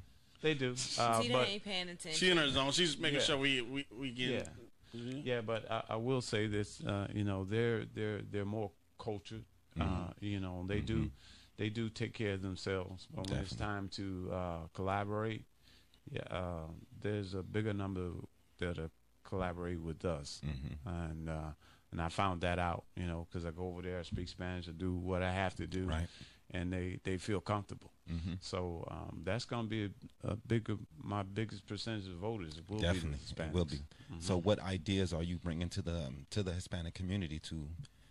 E: they do. Uh,
D: See, they
E: but
D: ain't paying attention.
A: she in her zone. She's making
E: Yeah.
A: sure we we, we get.
E: yeah,
B: Mm-hmm.
E: yeah. But I, I will say
B: Mm-hmm.
E: this, uh, you know, they're they're they're more cultured. Uh, you know, they do they do take care of themselves. But when it's time to uh, collaborate, yeah, uh, there's a bigger number that uh, collaborate with us,
B: Mm-hmm.
E: and uh, and I found that out, you know, because I go over there, I speak Spanish, I do what I have to do,
B: Right. Mm-hmm.
E: and they they feel comfortable. So um, that's going to be a, a bigger my biggest percentage of voters will
B: Definitely,
E: be the
B: it will be.
E: Hispanics. Mm-hmm.
B: So, what ideas are you bringing to the um, to the Hispanic community to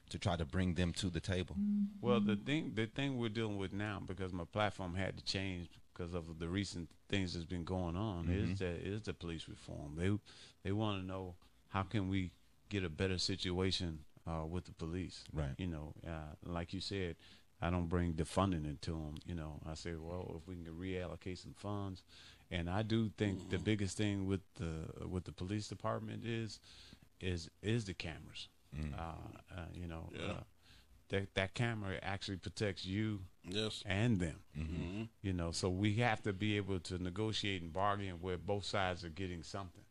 B: to try to bring them to the table?
E: Well, the thing the thing we're dealing with now, because my platform had to change because of the recent things that's been going on, is that is the police reform. They they want to know how can we get a better situation uh, with the police.
B: Right.
E: You know, uh, like you said, I don't bring the funding into them. You know, I say, well, if we can reallocate some funds, and I do think the biggest thing with the with the police department is is is the cameras. Uh, uh, you know. Uh, that that camera actually protects you
A: Yes.
E: and them. You know, so we have to be able to negotiate and bargain where both sides are getting something.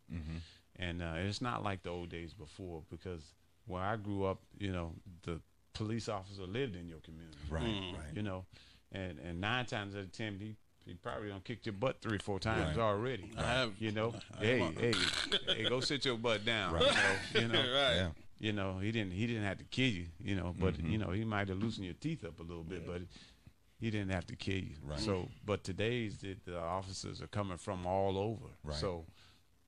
E: And uh, it's not like the old days before because where I grew up, you know, the police officer lived in your community.
B: Right, right.
E: You know, and and nine times out of ten, he he probably done kicked your butt three, four times
B: Right.
E: already.
A: I have-
E: you know,
A: I
E: hey,
A: have-
E: hey, hey, go sit your butt down. You know, you know,
A: Right.
B: Yeah,
E: you know he didn't he didn't have to kill you you know but you know he might have loosened your teeth up a little bit but he didn't have to kill you
B: Right.
E: so but today's the, the officers are coming from all over
B: Right.
E: so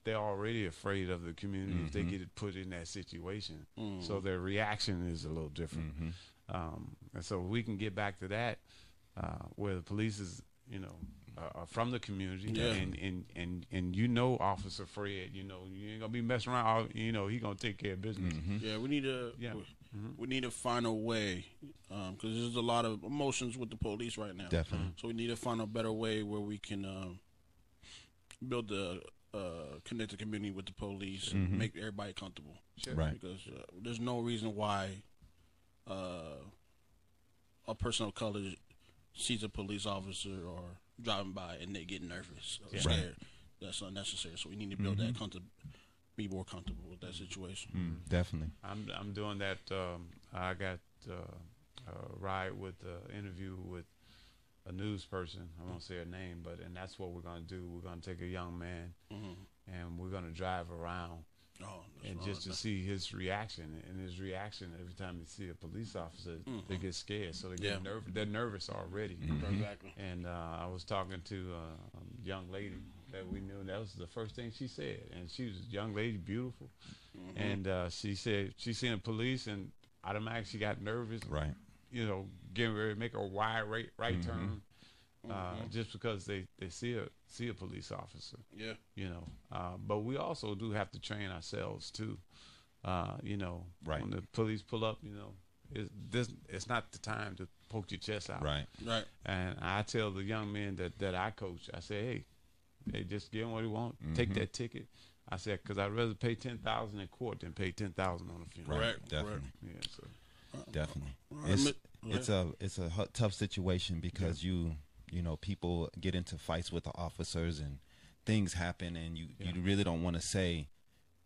E: they're already afraid of the community if
A: Mm-hmm.
E: they get put in that situation
A: Mm.
E: so their reaction is a little different um, and so we can get back to that uh, where the police is you know uh, are- are from the community
A: Yeah.
E: and, and and and you know officer fred you know you ain't gonna be messing around all, you know he gonna take care of business
A: Yeah, we need to.
E: Yeah.
A: We, we need to find a way because there's a lot of emotions with the police right now.
B: Definitely.
A: So we need to find a better way where we can um, build the uh, connect the community with the police, make everybody comfortable.
B: Mm-hmm. Right.
A: Because uh, there's no reason why uh, a person of color sees a police officer or driving by and they get nervous or
E: Yeah.
A: scared. That's unnecessary. So we need to build that
B: Mm-hmm.
A: comfort, be more comfortable with that situation.
B: Mm, definitely.
E: I'm I'm doing that. Um, I got uh, a ride with uh, interview with a news person. I won't say her name, but and that's what we're gonna do. We're gonna take a young man and we're gonna drive around
A: Oh, that's
E: and
A: wrong.
E: just to see his reaction and his reaction every time they see a police officer, they get scared, so they
A: Mm-hmm. Yeah.
E: get
A: Mm-hmm.
E: nervous. They're nervous already.
A: Exactly.
E: And uh, I was talking to uh, a young lady that we knew. and That was the first thing she said, and she was a young lady, beautiful.
A: Mm-hmm.
E: And uh, she said she seen the police, and automatically she got nervous.
B: Right.
E: You know, getting ready to make a wide right, right
A: Mm-hmm.
E: turn, uh, just because they they see a see a police officer
A: Yeah.
E: you know. Uh, but we also do have to train ourselves too. Uh, you know,
B: Right.
E: when the police pull up, you know, it's, this, it's not the time to poke your chest out.
B: Right.
A: Right.
E: And I tell the young men that, that I coach, I say, hey, hey, just give him what he want, take
B: Mm-hmm.
E: that ticket. I said, because I'd rather pay ten thousand in court than pay ten thousand on a funeral.
B: Right.
A: Right,
B: Definitely.
A: right.
E: Yeah, so
B: Definitely.
A: Right.
B: It's
A: Yeah.
B: it's a it's a hu- tough situation because you you know people get into fights with the officers and things happen and you you really don't want to say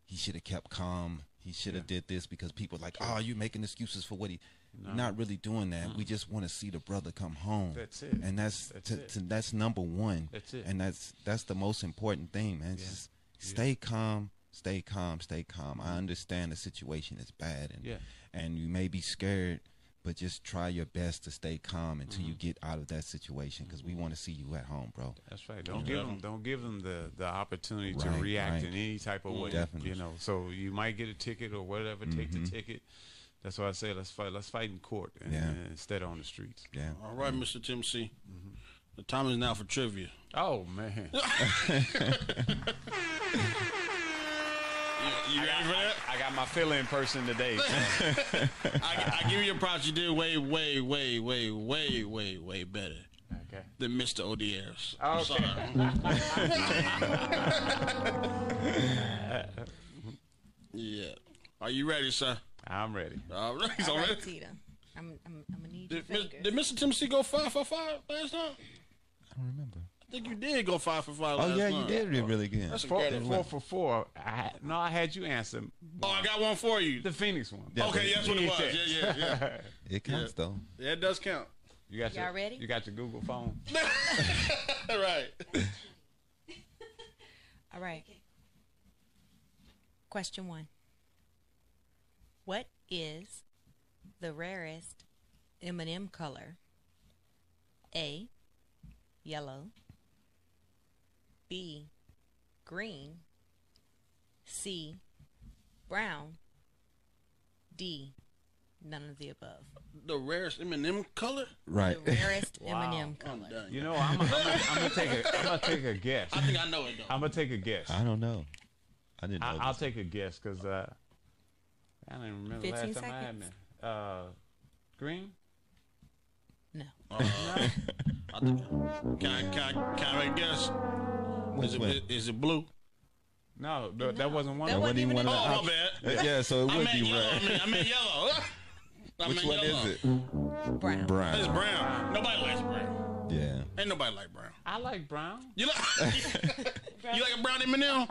B: he should have kept calm. He should have did this because people like, "Oh, you're making excuses for what he not really doing that. We just want to see the brother come home."
E: That's it.
B: And that's
E: That's
B: to,
E: it.
B: to- that's number 1.
E: That's it.
B: And that's that's the most important thing, man. Just stay calm, stay calm, stay calm.
E: Mm-hmm.
B: I understand the situation is bad and
E: Yeah.
B: and you may be scared but just try your best to stay calm until you get out of that situation because we want to see you at home bro
E: That's right. Don't give them. Don't give them the the opportunity to
B: Right,
E: react
B: right.
E: in any type of way.
B: Definitely. Mm-hmm.
E: You know, so you might get a ticket or whatever. Take the ticket. That's why I say let's fight. Let's fight in court and,
B: Yeah.
E: and instead of on the streets.
B: yeah
A: All right, Mr. Tim C.
B: Mm-hmm.
A: The time is now for trivia.
E: Oh man!
A: You ready for that?
E: I got my fill-in person today.
A: I, I give you a props. You did way, way, way, way, way, way, way better
E: okay.
A: than Mr. Odier's.
E: Okay.
A: Yeah. Are you ready, sir?
E: I'm ready.
A: All right. He's
D: All
A: already.
D: right, Tita. I'm, I'm, I'm gonna need your
A: Did, Miss-
D: fingers.
A: did Mr. Tim C go five for five last time?
B: i don't remember
A: I think you did go five for five
B: oh
A: last
B: yeah
A: time.
B: you did re- really good
A: That's
E: Four,
A: incredible.
E: four for four. I, had- no, I had you answer
A: Oh, I got one for you.
E: the Phoenix one.
B: Yeah.
A: Okay, that's what it was. Yeah, yeah, yeah.
B: it counts though
A: Yeah, it does count.
E: You got
D: Y'all
E: your,
D: ready?
E: You got your Google phone.
A: right.
D: All right. Question one What is the rarest M&M color? A. Yellow. B. Green. C. Brown. D. None of the above.
A: The rarest M&M color?
B: Right.
D: The rarest
E: Wow.
D: M&M
A: I'm
D: color.
A: done.
E: You know, I'm, I'm, I'm, gonna take a, I'm gonna take a guess.
A: I think I know it though.
E: I'm gonna take a guess.
B: I don't know. I didn't know.
E: I, I'll
B: this.
E: take a guess because uh, I don't even remember
D: 15
E: last time I had
D: seconds.
E: one. Uh, green.
D: No.
A: I think can I can I, can I guess? Is it,
B: Wait.
A: is, it blue?
E: No, th- that wasn't one.
D: That
E: of
D: wasn't
E: them.
D: even
B: one
D: an
B: of
A: Oh
B: the
A: my
B: options.
A: bad.
B: Yeah, yeah, so it
A: I
B: would
A: meant
B: be
A: yellow. I
B: red.
A: meant, I meant yellow. I
B: Which
A: meant
B: one
A: yellow.
B: is it?
D: Brown.
A: It's
B: Brown.
A: brown. Nobody likes brown.
B: Yeah.
A: Ain't nobody like brown.
E: I like brown.
A: You like you like a brown M&M?
C: Brown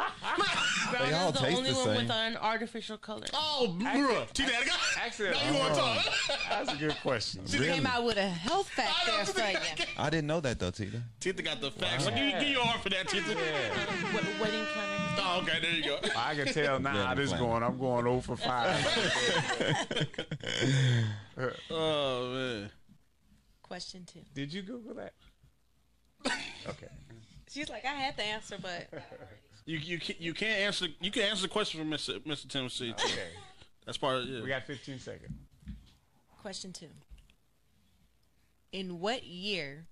B: all
C: is the
B: taste
C: only
B: the
C: one
B: same.
C: with an artificial color.
A: oh, bruh. See that guy?
E: Actually,
A: Now you want to talk?
E: that's a good question.
D: You came out with a health fact there for you.
B: I didn't know that though, Tita.
A: Tita got the facts. Like, give, give you a heart for that, Tita.
C: Wed- wedding planner.
A: Oh, okay, there you go.
E: I can tell now how
B: I'm
E: this
B: playing.
E: going. I'm going over five.
A: Oh man.
D: Question two.
E: Did you Google that? Okay.
D: She's like, I had the answer, but
A: You you can, you can't answer you can answer the question from Mr. Mr. Tennessee. too.
E: Okay.
A: That's part of it.
E: We got 15 seconds.
D: Question two. In what year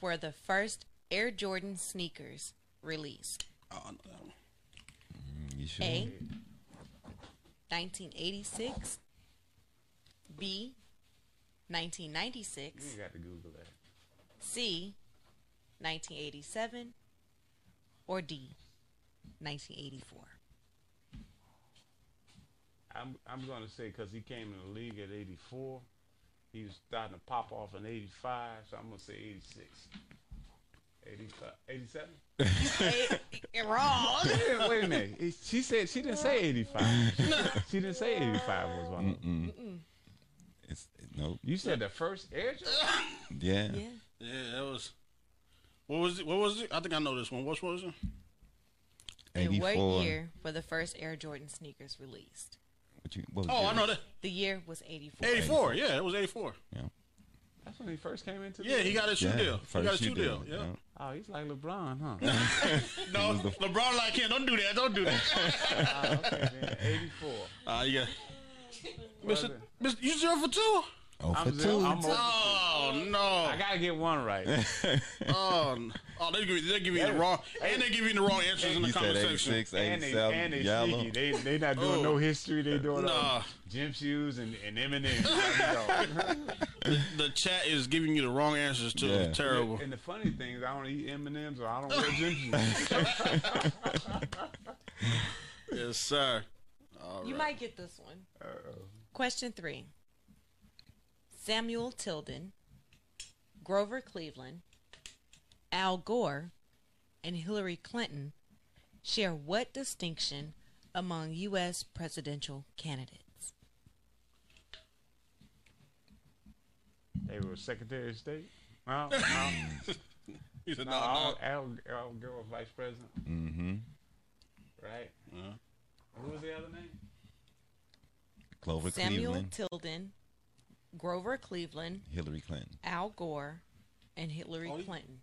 D: were the first Air Jordan sneakers released?
A: Oh, I know that one.
B: You sure?
D: A. 1986. B. 1996.
E: You got to Google that.
D: C. 1987. Or D. 1984.
E: I'm I'm gonna say because he came in the league at 84. He was starting to pop off in 85, so I'm gonna say 86. 85, 87.
D: You're wrong.
E: Wait, wait a minute. He- She said she didn't say 85. she didn't say 85 was one. of them.
B: It's, nope.
E: You said the first air Jordan?
B: Yeah.
D: Yeah.
A: Yeah, that was. What was it? What was it? I think I know this one. What was it?
D: In
B: 84.
D: what year were the first Air Jordan sneakers released?
B: What you, what was
A: Oh, I
B: your-
A: know that.
D: The year was 84.
A: 84. Yeah, it was 84.
B: Yeah.
E: That's when he first came into. the
A: Yeah,
E: league?
A: he got his shoe
B: Yeah,
A: deal. He got his
B: you
A: shoe deal.
B: did,
A: Yeah.
E: Oh, he's like LeBron, huh?
A: No, LeBron like him. Don't do that. Don't do that.
E: oh, okay, then. 84.
A: Ah, yeah. Mr. Mr. You zero for two?
B: Oh, for
E: I'm zero.
B: two.
E: I'm over.
A: Oh
E: I
A: no.
E: gotta get one right.
A: Oh, n- oh, they give you, they give you the wrong, and they give you the wrong answers in the
B: You said
A: comment section.
B: 86,
E: and they
B: 87,
E: and they
B: yellow.
E: sneaky. They they not doing no
A: Oh.
E: history. They doing
A: Nah.
E: uh, gym shoes and and M and M's.
A: The chat is giving you the wrong answers too.
B: Yeah.
A: Terrible.
E: And the funny thing is, I don't eat M and M's or I don't wear gym shoes.
A: Yes, sir. All
D: You
A: right.
D: might get this one. Question three Samuel Tilden, Grover Cleveland, Al Gore, and Hillary Clinton share what distinction among U.S. presidential candidates?
E: they were Secretary of State. No, no,
A: He said,
E: no.
A: "No,
E: Al,
A: no."
E: Al, Al Gore, was Vice President. Mm-hmm. Right. Who was the other name?
B: Clover
D: Samuel
B: Cleveland,
D: Tilden, Grover Cleveland,
B: Hillary Clinton.
D: Al Gore, and Hillary
A: Oh, you-
D: Clinton.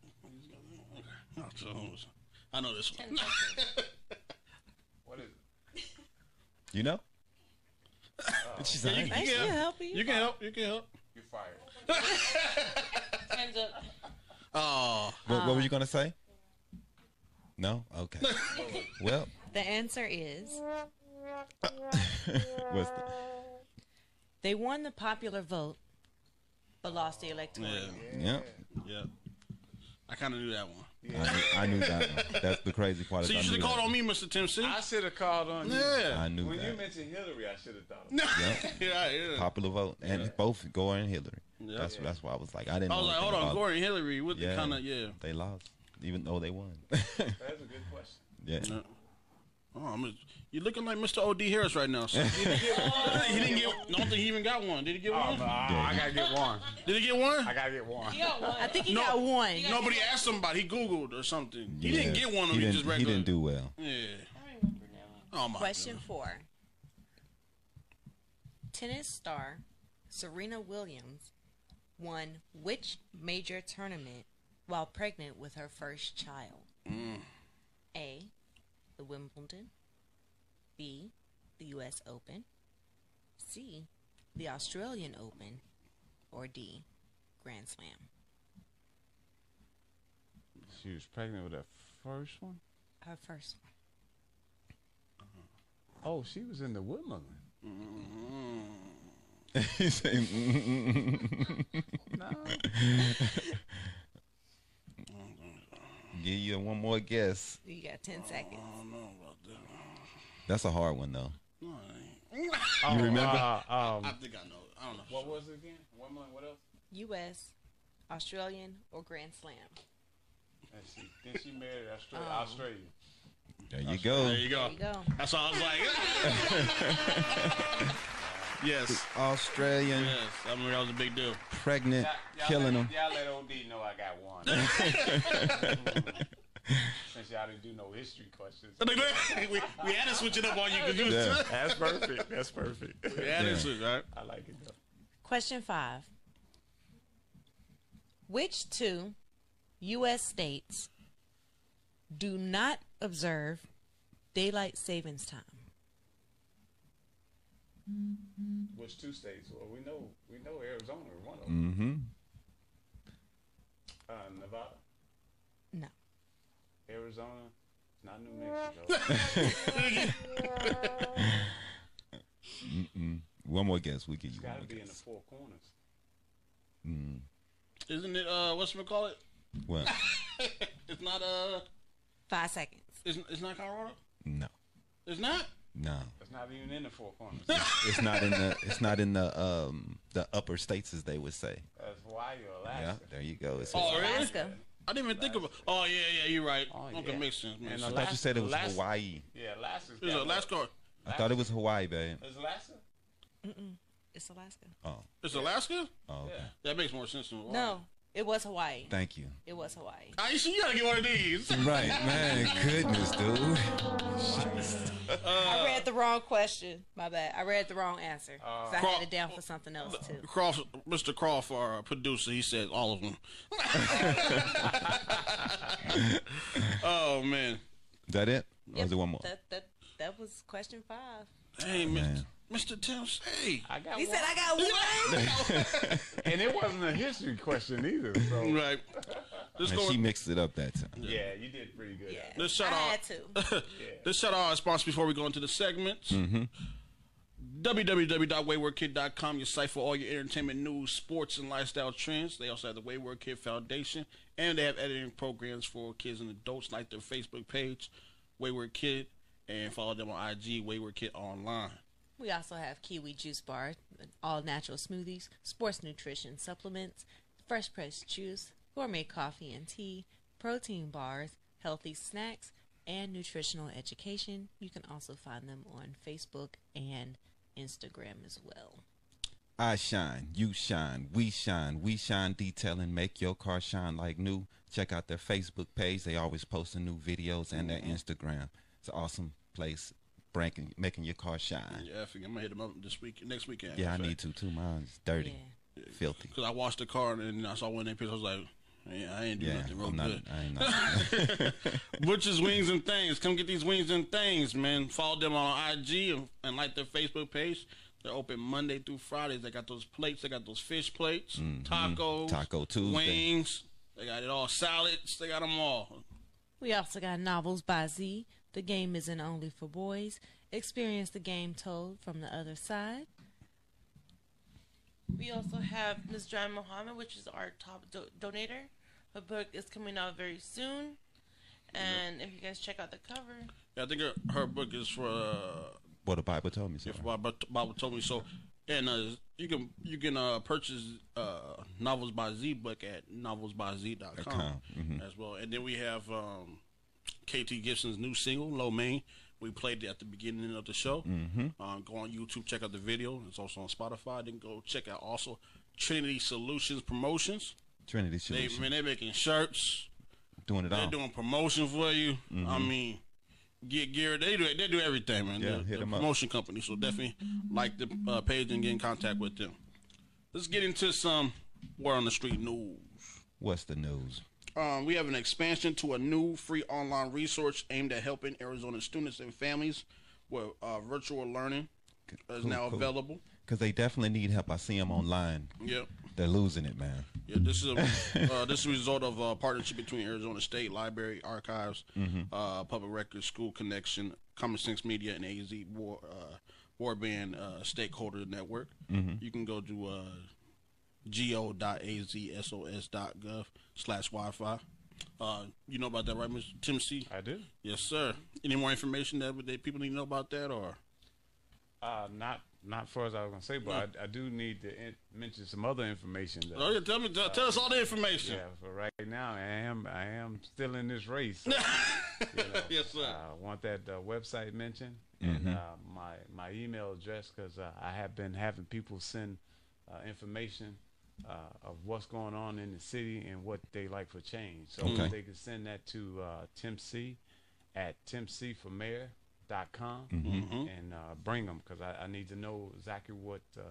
A: Oh, Jones. I know this one.
E: What is it?
B: You know? She's
A: You, you
B: like,
A: can
D: She'll
A: help.
D: help you.
A: You can help. You can help.
E: You're fired.
C: Time's up.
A: Oh,
B: what, what were you going to say? No? Okay. well,
D: The answer is
B: what's the,
D: they won the popular vote, but lost the electoral.
A: yeah,
B: yeah.
A: yeah. I kind of knew that one.
B: I, I knew that. That's the crazy part.
A: So
B: is
A: you
B: I
A: should have
B: knew
A: called
B: that.
A: on me, Mr. Timsey.
E: I should have called on you.
A: Yeah.
B: I knew
E: When you
B: that.
E: mentioned Hillary, I should have thought. of
A: yeah, yeah.
B: Popular vote. And both Gore and Hillary.
A: Yeah.
B: That's, that's why I was like, I didn't
A: I was
B: know
A: like,
B: anything
A: hold on,
B: about-
A: Corey and Hillary with
B: Yeah.
A: the kind of yeah.
B: They lost, even though they won.
E: That's a good question.
B: yeah.
A: Yeah. Oh, I'm a- you're looking like Mr. O.D. Harris right now. son. Did he, get one? he didn't get. I don't think he even got one. Did he get one?
E: Oh, I gotta get one.
A: Did he get one?
E: I gotta get one.
D: I think he
A: No.
D: got one.
A: Nobody asked somebody. He Googled or something. He didn't
B: Yeah.
A: get one. Of them. He
B: He didn't,
A: just
B: he
A: regular.
B: didn't do well.
A: Yeah.
C: I remember now.
A: Oh my.
D: Question four. Tennis star Serena Williams won which major tournament while pregnant with her first child? A. The Wimbledon. B. The U.S. Open. C. The Australian Open. Or D. Grand Slam.
E: She was pregnant with her first one.
D: Her first one.
E: Oh, she was in the Woodland.
B: He said, "Mm, mm, mm, mm."
E: No.
B: Give you one more guess.
D: You got 10 seconds.
A: I don't know about that.
B: That's a hard one though.
A: No, I ain't.
E: Oh,
B: You remember?
E: uh, um,
A: I think I know. I don't know.
E: what was it again? Woodland. What else?
D: U.S., Australian, or Grand Slam?
E: And she, then she married Australia.
D: Oh.
E: Australia.
B: There you go.
A: There you go.
D: There you go.
A: That's all I was like. yes.
B: Australian
A: Yes. I mean that was a big deal.
B: pregnant,
E: Y'all- y'all
B: killing them.
E: let, Y'all let OD know I got one. Since y'all didn't do no history questions.
A: we, we had to switch it up on you because you was
B: Yeah.
E: That's perfect. That's perfect.
A: we had to
B: Yeah.
A: switch, right?
E: I like it though.
D: Question five. Which two U.S. states do not observe daylight savings time?
E: Which two states? Well, we know we know Arizona is one of them.
B: Mm-hmm.
E: Uh, Nevada,
D: No.
E: Arizona, it's not New Mexico.
B: One more guess. We give you
E: it's
B: one
E: got
B: more
E: to be in the
B: guess.
E: Four Corners.
A: Isn't it? Uh, what's we call it?
B: Well,
A: It's not. Uh,
D: Five seconds.
A: it's, it's not Colorado.
B: no,
A: It's not.
B: no.
E: It's not even in the Four Corners.
B: It's not in the. It's not in the um the upper states as they would say.
E: That's Hawaii or
B: Yeah.
E: Alaska.
B: There you go. It's
A: Oh, really?
D: Alaska.
A: I didn't even think about. Oh yeah, yeah. You're right.
E: Oh,
A: okay,
E: yeah.
A: makes sense. Makes
E: And
A: sense.
B: I thought you said it was
E: Alaska.
B: Hawaii.
E: Yeah, Alaska's
A: It's
E: got
A: Alaska.
B: I thought it was Hawaii, babe.
E: Is Alaska?
D: It's Alaska.
B: Oh,
A: It's Alaska.
B: oh okay.
E: Yeah.
A: That makes more sense than Hawaii.
D: No, it was Hawaii.
B: Thank you.
D: It was Hawaii.
A: Aisha, you gotta get one of these.
B: Right, man. Goodness, dude.
D: I read the wrong question. My bad. I read the wrong answer.
B: Uh,
D: 'Cause I
A: Craw-
D: had it down for something else, too.
A: Cross, Mr. Crawford, our producer, he said all of them. oh man,
B: That it? Or is there one more?
D: That, that, that was question five.
A: hey,
B: Man.
A: Mr. Towns, hey,
E: I got
D: He
E: one.
D: said, I got one.
E: and it wasn't a history question either. So
A: right. Let's
B: Man,
A: go.
B: she mixed it up that time.
E: yeah, you did pretty good.
D: Yeah.
A: Let's shut
D: I
A: off.
D: had to.
A: Let's shout out our sponsors before we go into the segments.
B: Mm-hmm.
A: www.waywardkid.com, your site for all your entertainment news, sports, and lifestyle trends. They also have the Wayward Kid Foundation, and they have editing programs for kids and adults, like their Facebook page, Wayward Kid, and follow them on IG, Wayward Kid Online.
D: We also have Kiwi Juice Bar, all natural smoothies, sports nutrition supplements, fresh pressed juice, gourmet coffee and tea, protein bars, healthy snacks, and nutritional education. You can also find them on Facebook and Instagram as well.
B: I shine, you shine, we shine, we shine detailing, make your car shine like new. Check out their Facebook page. They always posting new videos and their
A: Mm-hmm.
B: Instagram. It's an awesome place breaking, making your car shine.
A: Yeah, I think I'm gonna hit them up this week, next weekend.
B: Yeah, I need to too. Mine's dirty, filthy.
A: because I washed the car and I saw one of their pictures. I was like, yeah, I ain't do
B: Yeah,
A: nothing real
B: I'm not,
A: good.
B: I ain't not.
A: Butchers Wings and Things. Come get these wings and things, man. Follow them on IG and, and like their Facebook page. They're open Monday through Fridays. They got those plates. They got those fish plates, tacos,
B: Mm-hmm. Taco Tuesday.
A: wings. They got it all. Salads. They got them all.
D: We also got novels by Z. The game isn't only for boys. Experience the game told from the other side.
C: We also have Ms. John Muhammad, which is our top do- donator. Her book is coming out very soon. And if you guys check out the cover,
A: Yeah, I think her, her book is for uh,
B: What the Bible told me. So.
A: Bible, Bible told me so. And uh, you can you can uh, purchase uh, novels by Z book at novelsbyz.com
B: com,
A: as well. And then we have um, KT Gibson's new single "Low Main," We played it at the beginning of the show. Um, go on YouTube, check out the video. It's also on Spotify. Then go check out also Trinity Solutions Promotions.
B: Trinity
A: They
B: Solution,
A: man, they're making shirts.
B: doing it all.
A: They're doing promotion for you. I mean, get gear. They do they do everything, man.
B: Mm-hmm. Yeah,
A: They're-
B: hit
A: they're
B: them up.
A: promotion company. So definitely like the uh, page and get in contact with them. Let's get into some word on the street news.
B: What's the news?
A: Um, we have an expansion to a new free online resource aimed at helping Arizona students and families with uh, virtual learning. Is now
B: cool.
A: available.
B: Because they definitely need help. I see them online.
A: Yep.
B: They're losing it, man.
A: Yeah, this is a uh, this is a result of a partnership between Arizona State Library Archives, uh, Public Records, School Connection, Common Sense Media, and AZ War uh, Warband uh, Stakeholder Network. You can go to uh, go.azsos.gov slash Wi-Fi. Uh, you know about that, right, Mr. Tim C?
E: I do.
A: Yes, sir. Any more information that, that people need to know about that, or
E: Uh, not not far as I was gonna say, but I, I do need to in- mention some other information. Though.
A: oh yeah, tell me, tell, tell us all the information.
E: Yeah, but right now I am I am still in this race.
A: Yes, sir.
E: I want that uh, website mentioned and uh, my my email address because uh, I have been having people send uh, information uh, of what's going on in the city and what they like for change. So
B: Okay.
E: they can send that to uh, Tim C at timcformayor.com and uh, bring them because I, I need to know exactly what uh,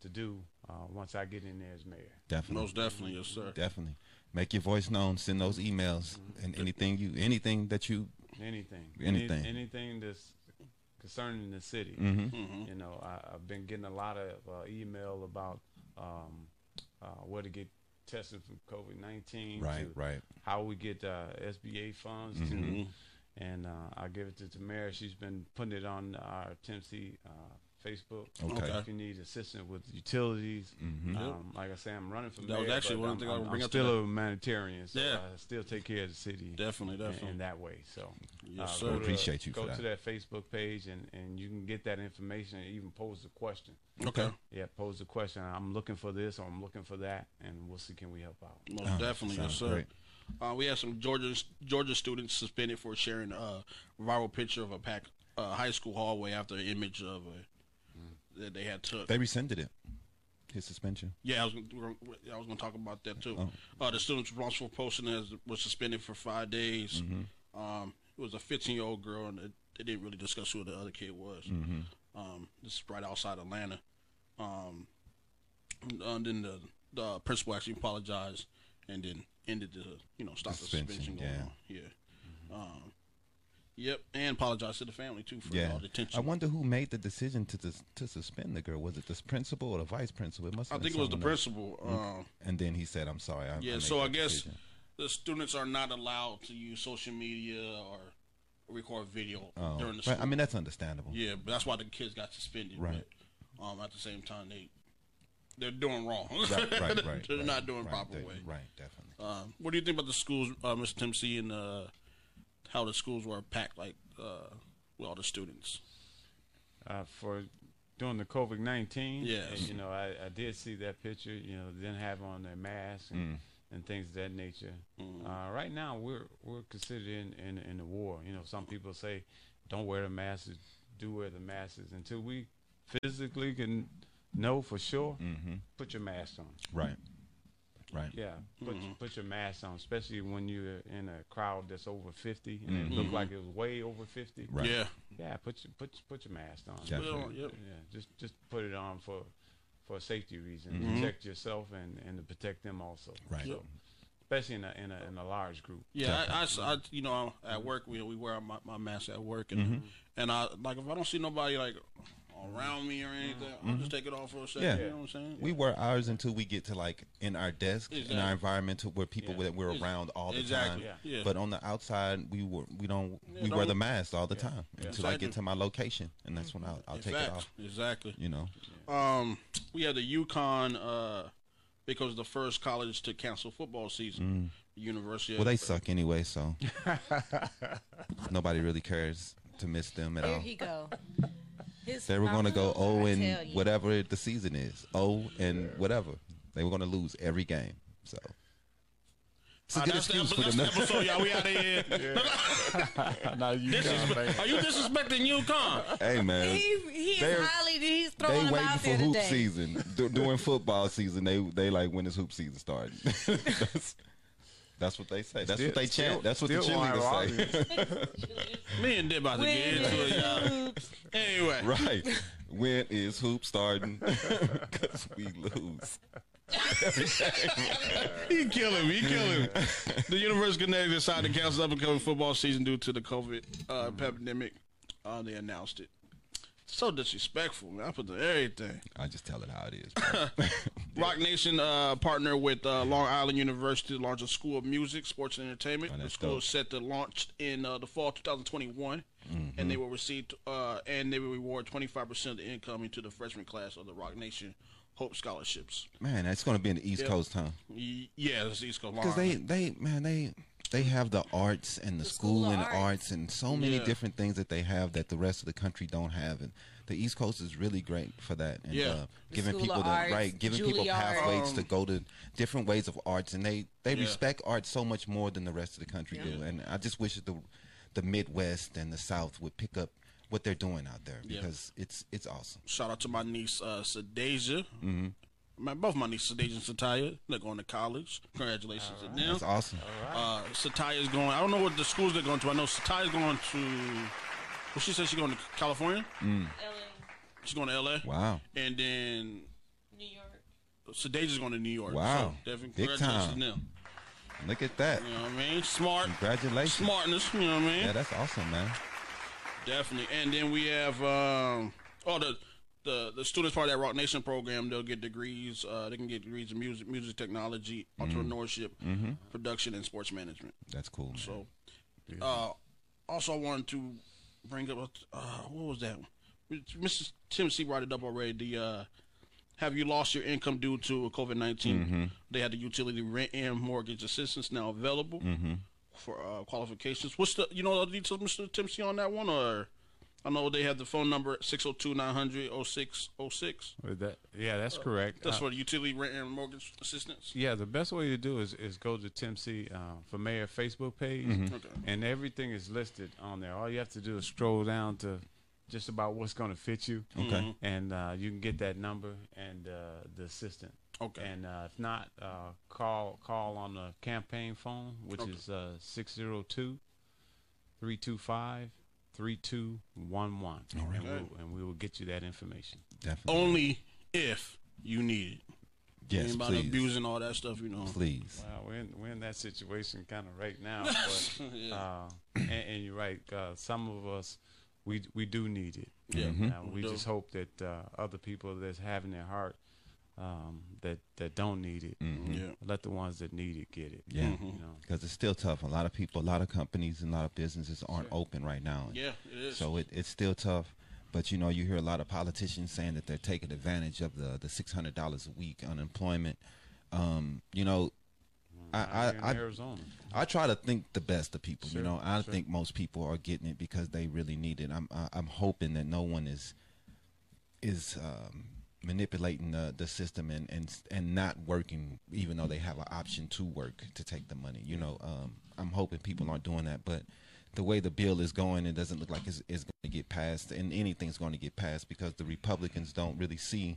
E: to do uh, once I get in there as mayor.
B: Definitely.
A: Most definitely, yes, sir.
B: Definitely. Make your voice known. Send those emails and anything you anything that you
E: Anything.
B: Anything. Mm-hmm.
E: Any, anything that's concerning the city.
A: Mm-hmm.
E: You know, I, I've been getting a lot of uh, email about um, uh, where to get tested from COVID nineteen.
B: Right, Mm-hmm. right.
E: How we get uh, SBA funds to, and uh, I give it to Tamara. She's been putting it on our Tennessee uh, Facebook.
B: Okay. Mm-hmm. Okay.
E: If you need assistance with utilities, um, like I say, I'm running for
A: That
E: mayor.
A: was actually
E: but
A: one
E: I'm,
A: thing I
E: I'm-
A: would bring
E: I'm
A: up
E: Still
A: today.
E: a humanitarian, so
A: Yeah.
E: I still take care of the city
A: Definitely,
E: in-
A: definitely.
E: in that way. So
A: Yes,
E: Uh, go
A: sir.
E: to-
B: Appreciate you
E: Go
B: for that.
E: to that Facebook page and, and you can get that information and even pose a question.
A: okay.
E: Yeah, pose a question. I'm looking for this or I'm looking for that, and we'll see can we help out.
A: Most
B: Oh,
A: definitely, yes,
B: sounds
A: sir.
B: great.
A: Uh, we have some Georgia Georgia students suspended for sharing a viral picture of a pack uh, high school hallway after an image of a that they had took.
B: They rescinded it. His suspension.
A: yeah, I was gonna, I was going to talk about that too.
B: Oh.
A: Uh, the students responsible for posting has, was suspended for five days.
B: Mm-hmm.
A: Um, it was a 15 year old girl, and it, they didn't really discuss who the other kid was.
B: Mm-hmm.
A: Um, this is right outside Atlanta. Um, and, uh, then the, the principal actually apologized and then ended the you know stopped the
B: Suspension,
A: suspension going
B: yeah.
A: on. Yeah. Um, yep, and apologized to the family too for
B: Yeah.
A: all the tension.
B: I wonder who made the decision to dis- to suspend the girl. Was it the principal or the vice principal? It must.
A: I
B: Have
A: think it
B: been
A: was the
B: someone else.
A: principal. Um,
B: And then he said, "I'm sorry." I,
A: Yeah,
B: I
A: so
B: made
A: I
B: that
A: guess
B: decision."
A: the students are not allowed to use social media or record video
B: Oh,
A: during the
B: right.
A: school.
B: I mean, that's understandable.
A: yeah, but that's why the kids got suspended.
B: Right.
A: But, um, at the same time, they they're doing wrong.
B: Right, right, right.
A: they're
B: right,
A: not doing
B: right,
A: proper
B: they-
A: way.
B: Right, definitely.
A: Um, what do you think about the schools, uh, Mr. Timsey, and uh, how the schools were packed, like uh, with all the students?
E: Uh, for during the COVID 19,
A: Yes.
E: you know, I, I did see that picture, you know, then have on their mask
B: Mm.
E: and, and things of that nature. Uh, right now, we're we're considered in, in, in the war. You know, some people say, don't wear the masks, do wear the masks. Until we physically can know for sure,
B: Mm-hmm.
E: put your mask on.
B: Right, right.
E: Yeah, put
B: Mm-hmm.
E: put your mask on, especially when you're in a crowd that's over fifty and it looked like it was way over fifty.
B: Mm-hmm. Right.
A: Yeah.
E: Yeah, put your put your- put your mask on.
B: Yeah.
A: Well, yep.
E: Yeah, just just put it on for for safety reasons, protect yourself and and to protect them also.
B: Mm-hmm. Right.
E: So, especially in a, in a in a large group.
A: Yeah, I- I, s- I- you know, at work we we wear my, my mask at work, and
B: Mm-hmm.
A: and I like if I don't see nobody like around me or anything, I'll just take it off for a second.
B: Mm-hmm. Yeah.
A: You know what I'm saying?
B: We wear ours until we get to like in our desk in
A: Exactly.
B: our environment to where people
E: Yeah.
B: that we're
A: Ex-
B: around all the
A: exactly.
B: time.
A: Yeah. Yeah.
B: But on the outside, we were, we don't we wear
A: don't-
B: the mask all the time until I
A: Exactly.
B: get to my location, and that's when I'll, I'll
A: In
B: take
A: fact,
B: it off.
A: exactly.
B: You know,
A: Um, we had the UConn uh, because the first college to cancel football season, the University.
B: Mm. well they
A: of,
B: suck anyway, so nobody really cares to miss them at
D: There
B: all.
D: he go. His
B: Oh. They were going to go
D: mouth,
B: oh
D: I
B: and
D: tell you.
B: whatever the season is, oh and whatever. They were going to lose every game. So It's a
A: Uh,
B: good
A: that's the,
B: excuse
A: epi- that's
B: for them.
A: the
B: to-
A: episode, y'all. We out of here.
E: now you
A: This
E: gone,
A: is-
E: baby.
A: are you disrespecting UConn?
B: hey man,
D: He, he's
B: They're-
D: highly he's
B: they
D: throwing them
B: waiting
D: out
B: for
D: there
B: hoop
D: today.
B: season. D- during football season, they they like when is hoop season starting? that's, that's what they say. That's what they chant. that's what the
E: still
B: cheerleaders say.
E: Warren Robbins.
A: Me and Dib about to get
D: When
A: into it, y'all. Anyway,
B: right. When is hoop starting? Because we lose.
A: you killing me. You killing me. The University of Connecticut decided to cancel up and coming football season due to the COVID uh, pandemic. Uh, they announced it. So disrespectful, man. I put the everything.
B: I just tell it how it is. bro.
A: Rock Nation uh, partner with uh, Long Island University to launch a school of music, sports, and entertainment.
B: Oh,
A: the
B: that's
A: school
B: dope.
A: is set to launch in uh, the fall 2021,
B: Mm-hmm.
A: and they will receive uh, and they will reward 25 percent of the income into the freshman class of the Rock Nation Hope Scholarships.
B: man, that's going to be in the East
A: Yeah.
B: Coast, huh?
A: Y- Yeah, that's East Coast. Long
B: Because they,
A: Island.
B: they, man, they, they have the arts and the,
D: School
B: school,
D: of
B: and
D: Arts.
B: arts. and so many
A: Yeah.
B: different things that they have that the rest of the country don't have. And the East Coast is really great for that. And,
A: Yeah.
B: uh, giving
D: School of
B: people the
D: Arts,
B: right, giving people
D: Juilliard.
B: pathways
A: Um,
B: to go to different ways of arts, and they they
A: Yeah.
B: respect art so much more than the rest of the country
D: Yeah.
B: do. And I just wish that the the Midwest and the South would pick up what they're doing out there
A: Yeah.
B: because it's it's awesome.
A: Shout out to my niece uh, Sadeja.
B: Mm-hmm.
A: My, both my nieces, Sadeja and Sataya, they're going to college. Congratulations to them.
B: It's awesome.
A: Uh, Sataya's going. I don't know what the schools they're going to. I know Sataya's going to. Well, she said she's going to California.
C: LA,
A: She's going to LA.
B: Wow.
A: And then
C: New York.
A: Sadeja's going to New York. So,
B: Wow.
A: Devin,
B: Big
A: congratulations
B: time.
A: to them.
B: Look at that.
A: You know what I mean? Smart.
B: Congratulations.
A: Smartness. You know what I mean?
B: Yeah, that's awesome, man.
A: Definitely. And then we have um oh the the, the students part of that Rock Nation program, they'll get degrees. Uh, they can get degrees in music, music technology, entrepreneurship, production, and sports management.
B: That's cool. Man.
A: So, uh, also I wanted to bring up uh, what was that? Mrs. Timothy brought it up already. The uh, have you lost your income due to COVID 19
B: Mm-hmm.
A: They had the utility rent and mortgage assistance now available
B: Mm-hmm.
A: for uh, qualifications. What's the you know the details, Mr. Timothy, on that one? Or I know they have the phone number 602-900-0606.
E: With that- yeah, that's correct.
A: That's
E: Uh,
A: for the utility rent and mortgage assistance.
E: Yeah, the best way to do is is go to Tim C uh, for Mayor Facebook page,
B: Mm-hmm.
A: Okay.
E: and everything is listed on there. All you have to do is scroll down to just about what's going to fit you,
B: Okay.
E: and uh, you can get that number and uh, the assistant.
A: Okay.
E: And uh, if not, uh, call call on the campaign phone, which
A: Okay.
E: is uh, 602 325 3211. And,
A: Good.
E: we'll, and we will get you that information.
B: Definitely.
A: Only if you need it.
B: yes,
A: Ain't about
B: please.
A: abusing all that stuff, you know.
B: Please.
E: Wow, we're in, we're in that situation kind of right now. But, uh, and, and you're right. Uh, some of us, we we do need it.
A: Yeah,
B: Mm-hmm.
E: And, uh, we
A: do.
E: just hope that uh, other people that's having their heart um, that that don't need it,
B: Mm-hmm.
A: Yeah.
E: let the ones that need it get it.
B: Mm. Yeah.
E: You know.
B: Because it's still tough. A lot of people, a lot of companies, and a lot of businesses aren't open right now.
A: Yeah, it is.
B: So it, it's still tough. But you know, you hear a lot of politicians saying that they're taking advantage of the the six hundred dollars a week unemployment. Um, you know, I
E: Out here
B: I,
E: in
B: I
E: Arizona.
B: I try to think the best of people.
E: Sure,
B: you know, I
E: sure.
B: think most people are getting it because they really need it. I'm I, I'm hoping that no one is is um, manipulating the, the system and, and and not working, even though they have an option to work to take the money. You know, um, I'm hoping people aren't doing that, but the way the bill is going, it doesn't look like it's, it's going to get passed, and anything's going to get passed because the Republicans don't really see.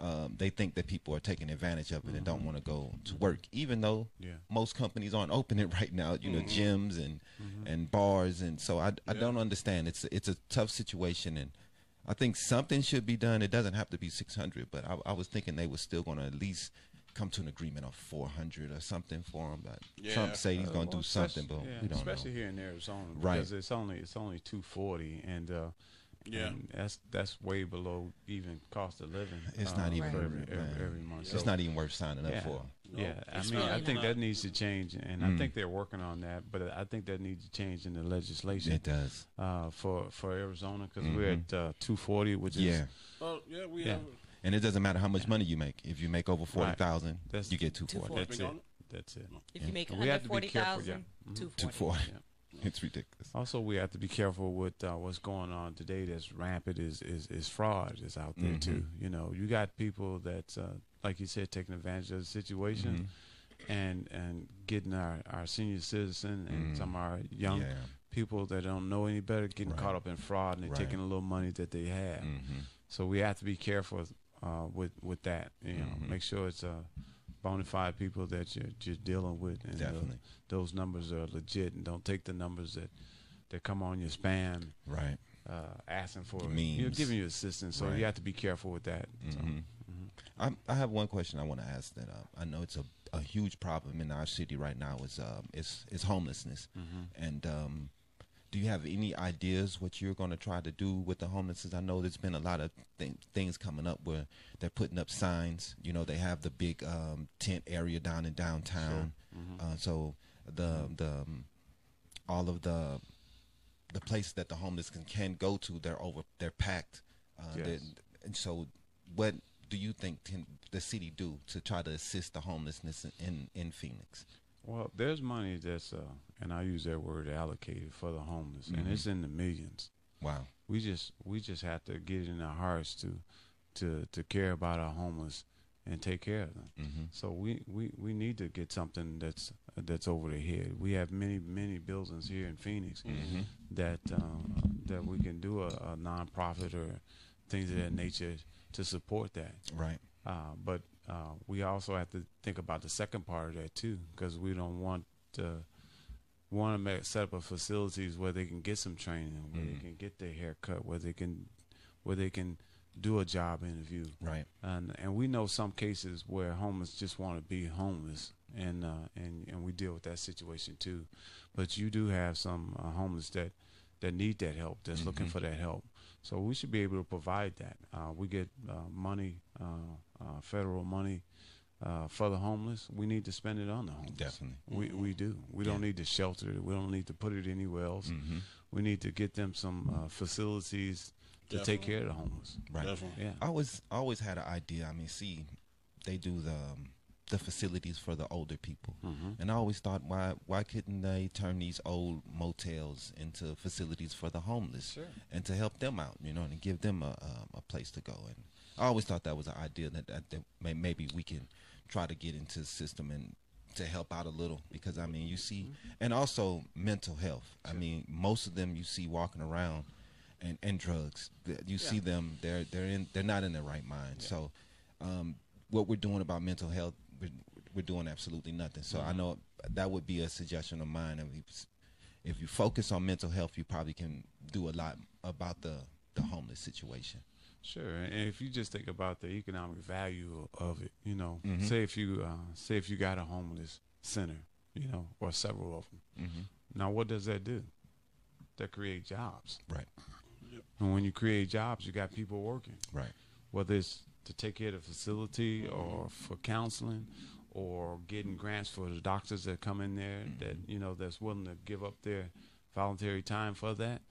B: Um, they think that people are taking advantage of it and don't want to go to work, even though
E: Mm-hmm. Yeah. Mm-hmm.
B: most companies aren't opening right now. You know, gyms and and bars, and so I, I don't understand. It's it's a tough situation, and I think something should be done. It doesn't have to be 600, but I, I was thinking they were still going to at least come to an agreement of 400 or something for them. But
A: Yeah.
B: Trump say he's going to
E: Uh, Well,
B: do something,
E: especially-
B: but
E: yeah,
B: we don't
E: especially
B: know.
E: here in Arizona,
B: Right.
E: Because it's only it's only two forty, and uh,
A: Yeah.
E: and that's that's way below even cost of living.
B: It's
E: uh,
B: not even
E: for
B: worth
E: every,
B: it, man.
E: every, every month.
B: It's not even worth signing up
E: yeah.
B: for.
E: Yeah, I
A: it's
E: mean,
A: not.
E: I think
A: Not.
E: that needs to change, and
B: Mm.
E: I think they're working on that. But I think that needs to change in the legislation
B: It does.
E: uh, for for Arizona because we're at uh, 240, which is
B: Mm-hmm. Yeah.
A: Oh yeah, we
E: Yeah.
A: have.
B: And it doesn't matter how much money you make. If you make over 40,000,
E: That's-
B: you get 240.
D: 240.
E: that's it. That's it.
D: If you make
E: We have to be
D: 140,000,
E: careful,
A: Mm-hmm.
E: yeah. Mhm.
D: 240.
B: 240.
E: Yeah.
B: It's ridiculous.
E: Also, we have to be careful with uh, what's going on today. That's rampant is is, is fraud is out
B: Mm-hmm.
E: there too. You know, you got people that, uh, like you said, taking advantage of the situation,
B: Mm-hmm.
E: and and getting our our senior citizen and some of our young
B: Mm-hmm. Yeah.
E: people that don't know any better getting
B: Right.
E: caught up in fraud and they're
B: Right. Mm-hmm.
E: taking the little money that they have. So we have to be careful uh, with with that. You know,
B: Mm-hmm.
E: make sure it's uh, bona fide people that you're you're dealing with, and uh,
B: Definitely.
E: those numbers are legit. And don't take the numbers that that come on your spam
B: Right.
E: uh, asking for
B: Memes.
E: You're giving you assistance, so
B: Right. Mm-hmm.
E: you have to be careful with that. So, mm-hmm.
B: I, I have one question I want to ask that uh, I know it's a, a huge problem in our city right now is um is is homelessness,
E: Mm-hmm.
B: and um, do you have any ideas what you're going to try to do with the homelessness? I know there's been a lot of th- things coming up where they're putting up signs. You know they have the big um, tent area down in downtown,
E: Mm-hmm.
B: uh, so the the um, all of the the places that the homeless can, can go to they're over they're packed uh,
E: Yes.
B: they- and so what do you think can the city do to try to assist the homelessness in in phoenix
E: Well, there's money that's, uh, and I use that word allocated for the homeless, and
B: Mm-hmm.
E: it's in the millions.
B: wow
E: We just we just have to get it in our hearts to to to care about our homeless and take care of them.
B: Mm-hmm.
E: So we, we, we need to get something that's that's over the head. We have many many buildings here in Phoenix that uh, that we can do a, a nonprofit or things of that nature to support that.
B: right
E: Uh, but uh, we also have to think about the second part of that too, because we don't want to want to make, set up a facilities where they can get some training, where they can get their hair cut, where they can where they can do a job interview,
B: right
E: and and we know some cases where homeless just want to be homeless, and uh, and and we deal with that situation too. But you do have some uh, homeless that that need that help, that's looking for that help. So we should be able to provide that. Uh, we get uh, money, uh, uh, federal money. Uh, for the homeless, we need to spend it on the homeless.
B: Definitely.
E: we we do. We don't need to shelter it. We don't need to put it anywhere else. We need to get them some uh, facilities to take care of the homeless.
B: right
A: Definitely.
E: Yeah.
B: i always I always had an idea i mean see they do the um, the facilities for the older people and i always thought why why couldn't they turn these old motels into facilities for the homeless and to help them out you know and give them a, um, a place to go and i always thought that was an idea that, that, that may, maybe we can try to get into the system and to help out a little because i mean you see and also mental health i mean most of them you see walking around and, and drugs Th- you see them they're they're in they're not in their right mind so um, what we're doing about mental health, we're, we're doing absolutely nothing. So
A: Mm-hmm.
B: I know that would be a suggestion of mine. If you, if you focus on mental health, you probably can do a lot about the the homeless situation.
E: Sure, and if you just think about the economic value of it, you know, say if you uh, say if you got a homeless center, you know, or several of them. Now, what does that do? That create jobs,
B: Right,
E: and when you create jobs, you got people working,
B: right,
E: whether it's to take care of the facility or for counseling, or getting grants for the doctors that come in there that you know that's willing to give up their voluntary time for that.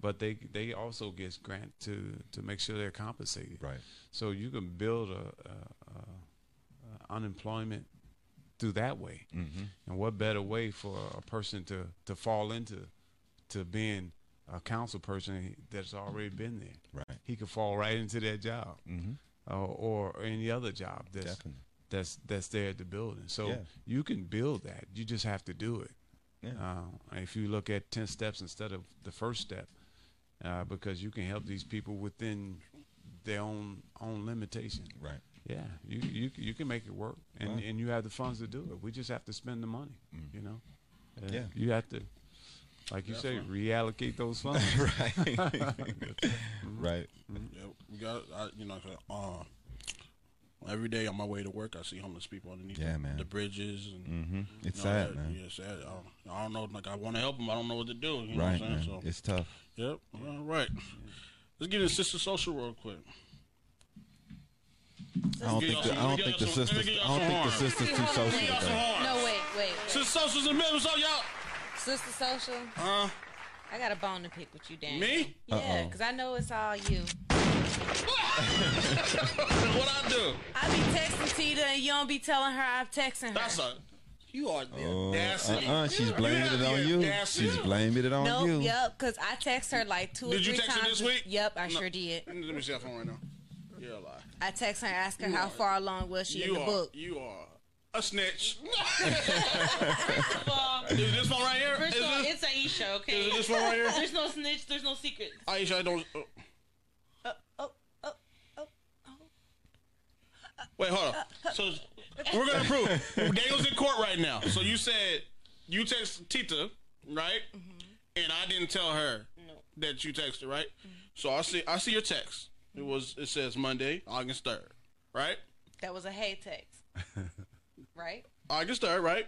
E: But they they also get grant to to make sure they're compensated.
B: right.
E: So you can build a, a, a, a unemployment through that way. Mm-hmm. And what better way for a person to, to fall into to being a council person that's already been there?
B: Right.
E: He could fall right into that job, mm-hmm. or any other job that's
B: Definitely.
E: that's that's there at the building. So
B: Yeah.
E: you can build that. You just have to do it.
B: Yeah.
E: Uh, if you look at ten steps instead of the first step, uh, because you can help these people within their own own limitation.
B: Right.
E: Yeah, you you you can make it work, and
B: Right.
E: and you have the funds to do it. We just have to spend the money. You know. Uh,
B: Yeah.
E: You have to, like you say, reallocate those funds.
B: right. right.
A: Yeah, we got. I, you know, uh, every day on my way to work, I see homeless people underneath
B: Yeah,
A: the,
B: man.
A: the bridges. And,
B: Mm-hmm. It's
A: you know,
B: sad,
A: that-
B: man.
A: Yeah, it's sad. I don't, I don't know. Like, I want to help them. I don't know what to do. You know what I'm
B: Right,
A: saying?
B: man.
A: So,
B: It's tough.
A: yep. All right. Let's get into sister social real quick.
B: I don't
A: get
B: think
A: y'all
B: the,
A: some-
B: I don't
A: let me get
B: think
A: y'all
B: the
A: some-
B: sisters.
A: let me get
B: I
A: y'all
B: don't think the
A: some
B: sisters too
D: Hold on,
B: social
D: let me
A: Y'all some
B: today.
A: harm.
D: No, wait, wait.
A: Sister socials and members, oh y'all.
D: Sister Social,
A: Uh,
D: I got a bone to pick with you, Dan.
A: Me?
D: Yeah,
B: Uh-oh.
D: because I know it's all you.
A: what I do?
D: I be texting Tita and you don't be telling her I'm texting her.
A: That's a. You are the
B: Oh,
A: audacity.
B: uh-uh, she's blaming
A: have
B: it on
A: the
B: you.
A: audacity.
B: She's blaming it on
D: nope,
B: you.
D: yep, because I text her like two or
A: Did
D: three
A: you text her
D: times.
A: this week?
D: Yep, I
A: No.
D: sure did.
A: Let me see her phone right now. You're a lie.
D: I text her, ask her how
A: are-
D: far along was she in
A: You
D: the
A: are.
D: book.
A: You are a snitch.
C: First of all,
A: Is this one right here?
C: first
A: is
C: of all,
A: this,
C: it's Aisha, okay?
A: is this one right here?
C: There's no snitch. There's no secrets.
A: Aisha, I don't. oh.
D: Oh, oh, oh, oh, Uh, oh.
A: Wait, hold on. So we're gonna prove Daniel's in court right now. So you said you text Tita, right?
D: Mm-hmm.
A: And I didn't tell her
C: No.
A: that you texted, right?
D: Mm-hmm.
A: So I see, I see your text. It was, it says Monday, August third, right?
D: That was a hey text. right?
A: August third, right?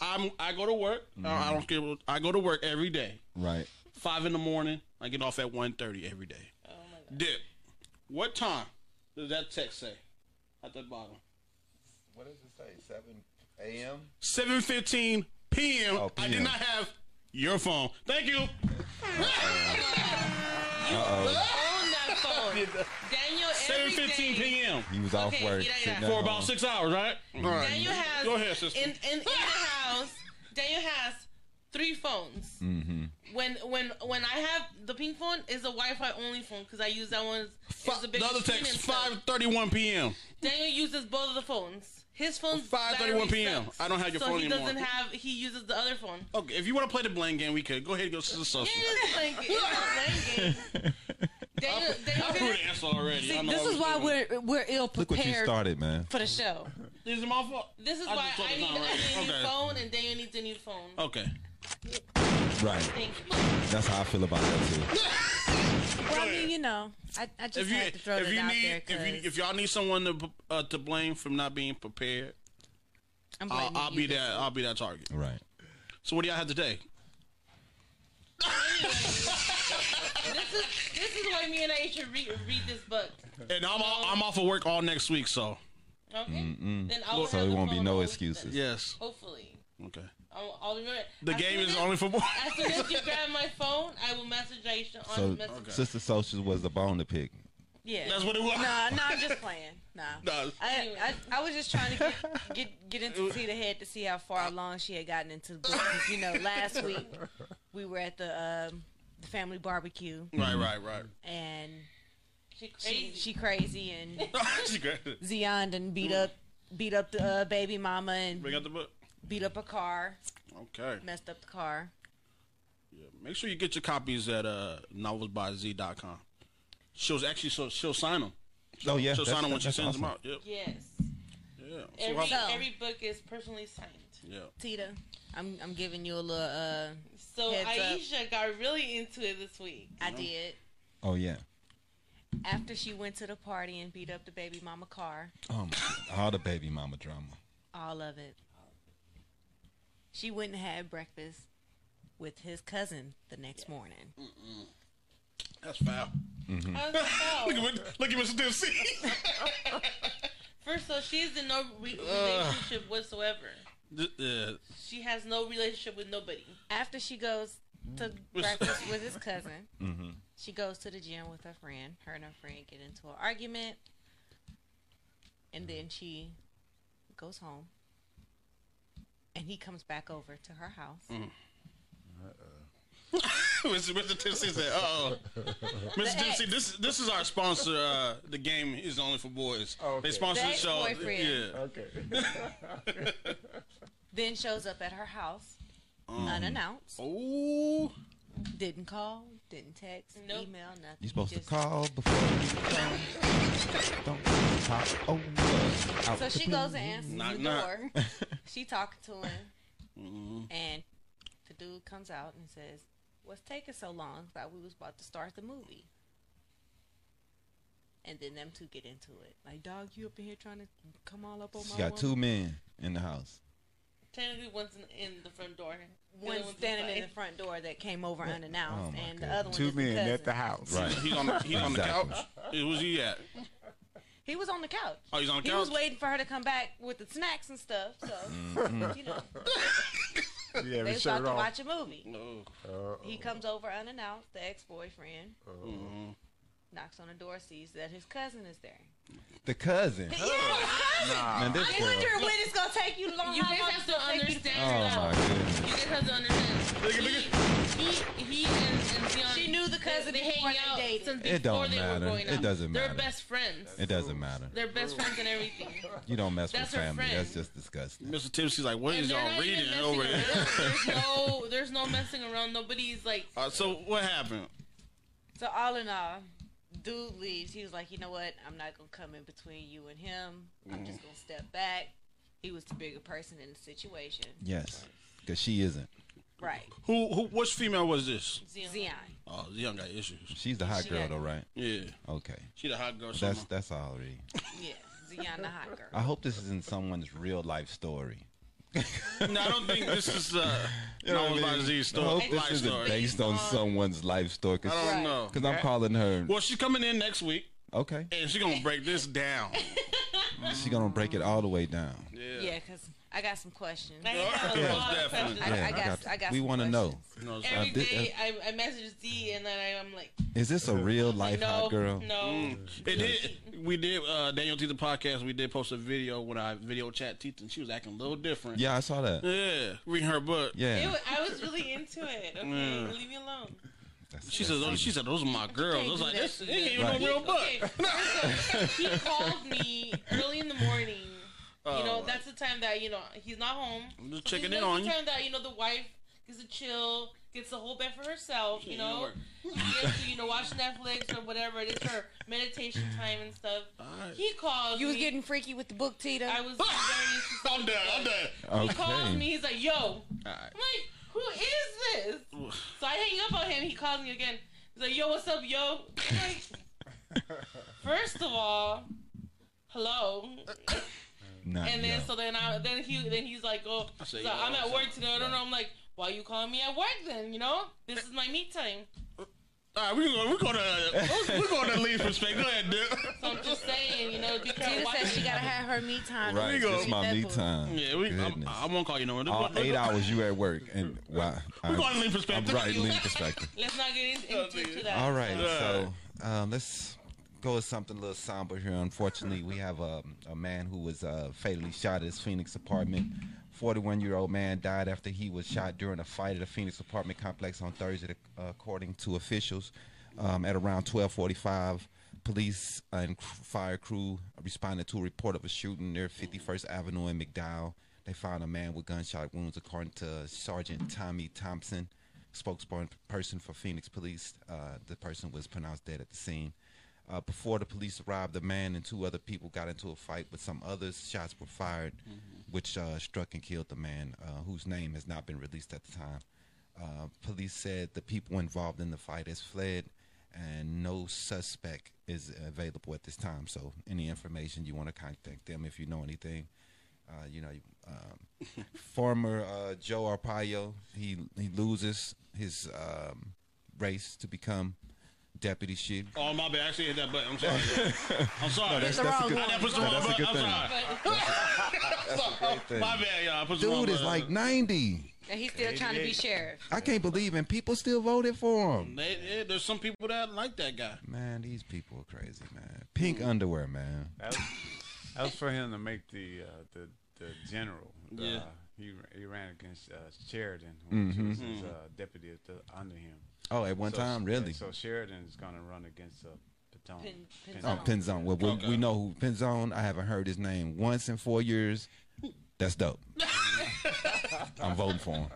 A: I'm, I go to work. I- I don't care. what- I go to work every day,
B: Right.
A: five in the morning. I get off at 1.30 every day.
C: Oh my god.
A: Dip. What time does that text say at the bottom?
F: What does it say? 7 a.m.?
A: 7:15 p.m.
B: Oh,
A: I did
B: PM.
A: not have your phone. Thank you.
C: Own that phone, Daniel. every
A: 7:15
C: day-
A: p.m.
B: He was off
C: Okay,
B: work.
C: yeah, yeah.
B: sitting at
A: for
B: home.
A: about six hours, right? All right.
C: Daniel has
A: Go ahead, sister.
C: in in, in the house. Daniel has three phones. Mm-hmm. When when when I have the pink phone is a Wi-Fi only phone because I use that one.
A: Fi-
C: It's a
A: the
C: bigger
A: other
C: screen
A: text
C: and stuff.
A: 5:31 p.m.
C: Daniel uses both of the phones. His phone's
A: 5:31
C: 5:31
A: p.m.. I don't have your
C: so
A: phone
C: he
A: anymore.
C: doesn't have. He uses the other phone.
A: Okay, if you want to play the blame game, we could go ahead and go to the social.
C: It is playing game. It's a playing game. Daniel,
A: I
C: Daniel,
A: proved the answer already. I know
D: this
A: I was
D: is why
A: doing it.
D: we're we're ill
B: Look what you
D: prepared
B: started, man.
D: for the show.
A: This is my fault.
C: this is
A: I
C: why
A: just told
C: I
A: the
C: need,
A: time already.
C: I need a new
A: Okay. Oh.
C: phone and Daniel needs a new phone.
A: Okay.
B: Right.
C: Thank you.
B: That's how I feel about that too.
D: Well, I
A: ahead.
D: mean, you know, I, I just
A: If you
D: had to throw
A: if
D: that
A: you
D: out
A: need
D: there
A: if you
D: because
A: if y'all need someone to uh, to blame from not being prepared,
D: I'm
A: I'll,
D: blaming
A: I'll
D: you
A: be
D: this
A: that
D: week.
A: I'll be that target.
B: Right.
A: So what do y'all have today?
C: This is this is why me and Aisha read read this book.
A: And I'm all, I'm off of work all next week, so
C: Okay, then I'll
B: So
C: have
B: it
C: the
B: won't be
C: phone
B: no
C: all
B: excuses.
C: weekend.
A: yes.
C: Hopefully,
A: Okay.
C: I'll, I'll remember. it.
A: The
C: As
A: game is
C: soon as-
A: only for boys.
C: As soon as you grab my phone, I will message Aisha on
B: So
C: the message.
B: Sister Social was the bone to pick.
C: Yeah.
A: That's what it was.
D: Nah, nah, I'm just playing. Nah.
A: No.
D: I, I I was just trying to get get, get into Tita head to see how far along she had gotten into the book. 'Cause, You know, last week we were at the um, the family barbecue
A: Right, right, right.
D: and
C: She crazy.
D: she, she crazy and
A: she grabbed it.
D: Zion done beat up beat up the uh, baby mama and
A: Bring out the book.
D: beat up a car,
A: Okay.
D: messed up the car.
A: Yeah. Make sure you get your copies at uh, novelsbyz.com. She'll actually she'll, she'll sign them.
B: Oh yeah.
A: She'll
B: that's-
A: sign them when she
B: that's
A: sends them
B: awesome.
A: out. Yep.
C: yes.
A: Yeah. So
C: Every
A: how-
D: So-
C: every book is personally signed.
A: yeah.
D: Tita, I'm I'm giving you a little uh
C: So
D: Heads up.
C: Aisha got really into it this week.
D: I did.
B: Oh yeah.
D: After she went to the party and beat up the baby mama car.
B: Um, all the baby mama drama.
D: All of it. She went and had breakfast with his cousin the next morning.
A: That's foul.
B: Hmm.
C: I was like, oh.
A: Look at what- look at Mr.
D: Oh.
A: Dempsey.
C: First of all, she is in no re- relationship whatsoever.
A: yeah.
C: She has no relationship with nobody.
D: After she goes to breakfast with his cousin,
B: Mm-hmm.
D: she goes to the gym with her friend. Her and her friend get into an argument, and then she goes home. And he comes back over to her house.
A: Mr. Mr. Dempsey said, "Uh oh, Mr. Dempsey, this this is our sponsor. Uh, the game is only for boys.
F: Okay.
A: They sponsor the
D: The
A: show.
D: ex-boyfriend.
A: Yeah,
F: Okay.
D: Then shows up at her house unannounced.
A: Oh,
D: Didn't call, didn't text,
C: Nope.
D: email, nothing.
B: You supposed
D: Just-
B: to call before you come. Don't pop over. Out
D: So
B: the
D: she
B: blue.
D: goes and answers
A: Knock,
D: the
A: knock. Mm-hmm.
D: door. she talking to him, and the dude comes out and says, "What's taking so long? Thought we was about to start the movie." And then them two get into it. Like, dog, you up in here trying to come all up on my
B: She got
D: woman?"
B: two men in the house.
C: Technically, one's in, in the front door. The other
D: One
C: one's
D: standing in the
C: inside.
D: front door that came over unannounced,
B: my
D: and the
B: goodness.
D: other one
E: Two
D: is the
E: men at the
D: cousin.
E: house.
B: Right.
A: he's on the he's on the
B: Exactly.
A: couch. Who's he at?
D: He was on the couch.
A: Oh, he's on the
D: He
A: couch.
D: was waiting for her to come back with the snacks and stuff. So, you know, they
F: Yeah, the
D: was about
F: shirt
D: to
F: off.
D: watch a movie.
A: Oh,
D: He comes over unannounced, the ex boyfriend. Knocks on the door, sees that his cousin is there.
B: The cousin. Man, this
D: I
B: girl.
D: wonder when it's gonna take you long.
C: You
D: how
C: guys
D: long it's
C: have to
D: gonna take you
B: Oh
C: understand that.
B: my goodness.
C: You guys have to understand.
A: Look at- look
C: He, he, he and, and Zion.
D: She knew the cousin Since
C: they
D: before
C: hang
D: they
C: out
D: dated.
C: since
B: It
C: before
B: don't
C: they were
B: matter.
C: growing
B: It
C: up.
B: doesn't
C: They're
B: matter.
C: best friends.
B: It doesn't matter.
C: They're best friends and everything.
B: You don't mess with
C: That's her
B: family.
C: friend.
B: That's just disgusting.
A: Mr. Tipsy's like, what
C: And
A: is
C: they're
A: y'all
C: not even
A: reading
C: messing
A: over
C: around.
A: there?
C: There's no, there's no messing around. Nobody's like,
A: Uh, so what happened?
D: So all in all, dude leaves. He was like, you know what? I'm not gonna come in between you and him. I'm just gonna step back. He was the bigger person in the situation.
B: Yes, because she isn't.
D: Right.
A: Who who? Which female was this?
C: Zion.
D: Zion.
A: Oh, young got issues.
B: She's the hot
D: She
B: girl
D: got-
B: though, right?
A: Yeah,
B: Okay,
A: she the hot girl.
B: that's
A: summer.
B: that's already.
D: Yeah. Zion the hot girl.
B: I hope this isn't someone's real life story.
A: no, I don't think this is uh, no one's about Z
B: I
A: story.
B: hope this
A: Life
B: isn't
A: story.
B: based on someone's life story.
A: I don't
D: Right.
A: know.
B: Because I'm calling her.
A: Well, she's coming in next week,
B: Okay,
A: and she's gonna break this down.
B: she gonna break it all the way down.
D: Yeah, cause I got some questions.
C: I
D: I,
C: had a
A: Yeah.
C: lot of
A: Definitely. uh,
C: questions.
D: I got, I got.
B: We
D: want
B: wanna
D: to
B: know.
A: You know, so-
C: Every
B: I did-
C: day I, I message Z and then I, I'm like,
B: Is this a real life
C: no,
B: hot girl?
C: no.
A: It did. We did uh, Daniel Teeth the podcast. We did post a video when I video chat Teeth, and she was acting a little different.
B: Yeah, I saw that.
A: yeah, reading her book.
C: It
B: Yeah.
C: wa- I was really into it. Okay,
A: Yeah.
C: leave me alone.
B: That's-
A: She oh,
B: that's
A: said, those,
B: easy.
A: she said, those are my girls. I was like, this, it ain't even
B: Right.
A: no real book.
C: Okay, first of all, he called me early in the morning. you know, that's the time that you know he's not home.
A: I'm just
C: So
A: Oh. checking
C: he's
A: in
C: like
A: on
C: the
A: you.
C: Time that you know the wife gets to chill, gets the whole bed for herself. You know, she gets to you know watch Netflix or whatever. It's her meditation time and stuff.
A: Alright.
C: He calls.
D: You was
C: me.
D: getting freaky with the book, Tita.
C: I was very.
A: I'm done. I'm done.
C: He calls me.
B: Okay.
C: He's like, "Yo,
A: All right.
C: I'm like, who is this? So I hang up on him. He calls me again. He's like, yo, what's up, yo? I'm like, first of all, hello.
A: Uh,
B: Not
C: And then
B: yo.
C: so then I then he then he's like, oh,
A: I say,
C: he's like,
A: yo,
C: I'm at
A: what's
C: work
A: up?
C: today. I don't know. I'm like, why you calling me at work then? You know, this is my meet time.
A: All right, we're going, we're going to we're going to leave perspective. Go ahead, dude.
C: So I'm just saying, you know, because
D: Tita
C: why-
D: said she gotta have her me time.
B: Right,
A: go.
B: this is my me
D: That book.
B: time.
A: Yeah, we, I'm,
B: Goodness.
A: I won't call you no one.
B: All
A: We're-
B: eight hours you at work, and wow.
A: We're going to leave
B: I'm
A: perspective.
B: right, lean perspective.
C: let's not get
A: Oh,
C: into, into that.
B: All right,
A: Yeah.
B: so um, let's go with something a little somber here. Unfortunately, we have a, a man who was uh, fatally shot at his Phoenix apartment. 41 year old man died after he was shot during a fight at a Phoenix apartment complex on Thursday, according to officials. Um, at around 12:45, police and cr- fire crew responded to a report of a shooting near 51st Avenue in McDowell. They found a man with gunshot wounds, according to Sergeant Tommy Thompson spokesperson for Phoenix Police. Uh, the person was pronounced dead at the scene. Uh, before the police arrived, the man and two other people got into a fight with some others. Shots were fired, which uh, struck and killed the man, uh, whose name has not been released at the time. Uh, police said the people involved in the fight has fled, and no suspect is available at this time. So, any information you want to contact them if you know anything. Uh, you know, you- um, former uh, Joe Arpaio, he he loses his um, race to become deputy chief.
A: Oh, my bad. I actually hit that button. I'm sorry. I'm sorry.
D: the
B: a
D: wrong
B: good-
D: one.
A: I pushed the
B: No,
A: wrong
B: that's a
A: button.
B: good
A: I'm
B: thing.
A: sorry.
B: thing.
A: My bad, y'all. I pushed the wrong
B: Dude is
A: button.
B: like 90.
D: And he's still trying to be sheriff.
B: I can't believe, and people still voted for him.
A: They, they- there's some people that like that guy.
B: Man, these people are crazy, man. Pink
E: Mm.
B: underwear, man.
E: That was, that was for him to make the uh, the the general.
A: Yeah.
E: Uh, he ra- he ran against uh, Sheridan, which was his uh, deputy at the, under him.
B: Oh, at one
E: So-
B: time, really?
E: So Sheridan's gonna run against uh, Patton.
D: Pin-
E: Pin-
B: Oh, Penzone. Well, we, we know who Penzone. I haven't heard his name once in four years. That's dope. I'm voting for him.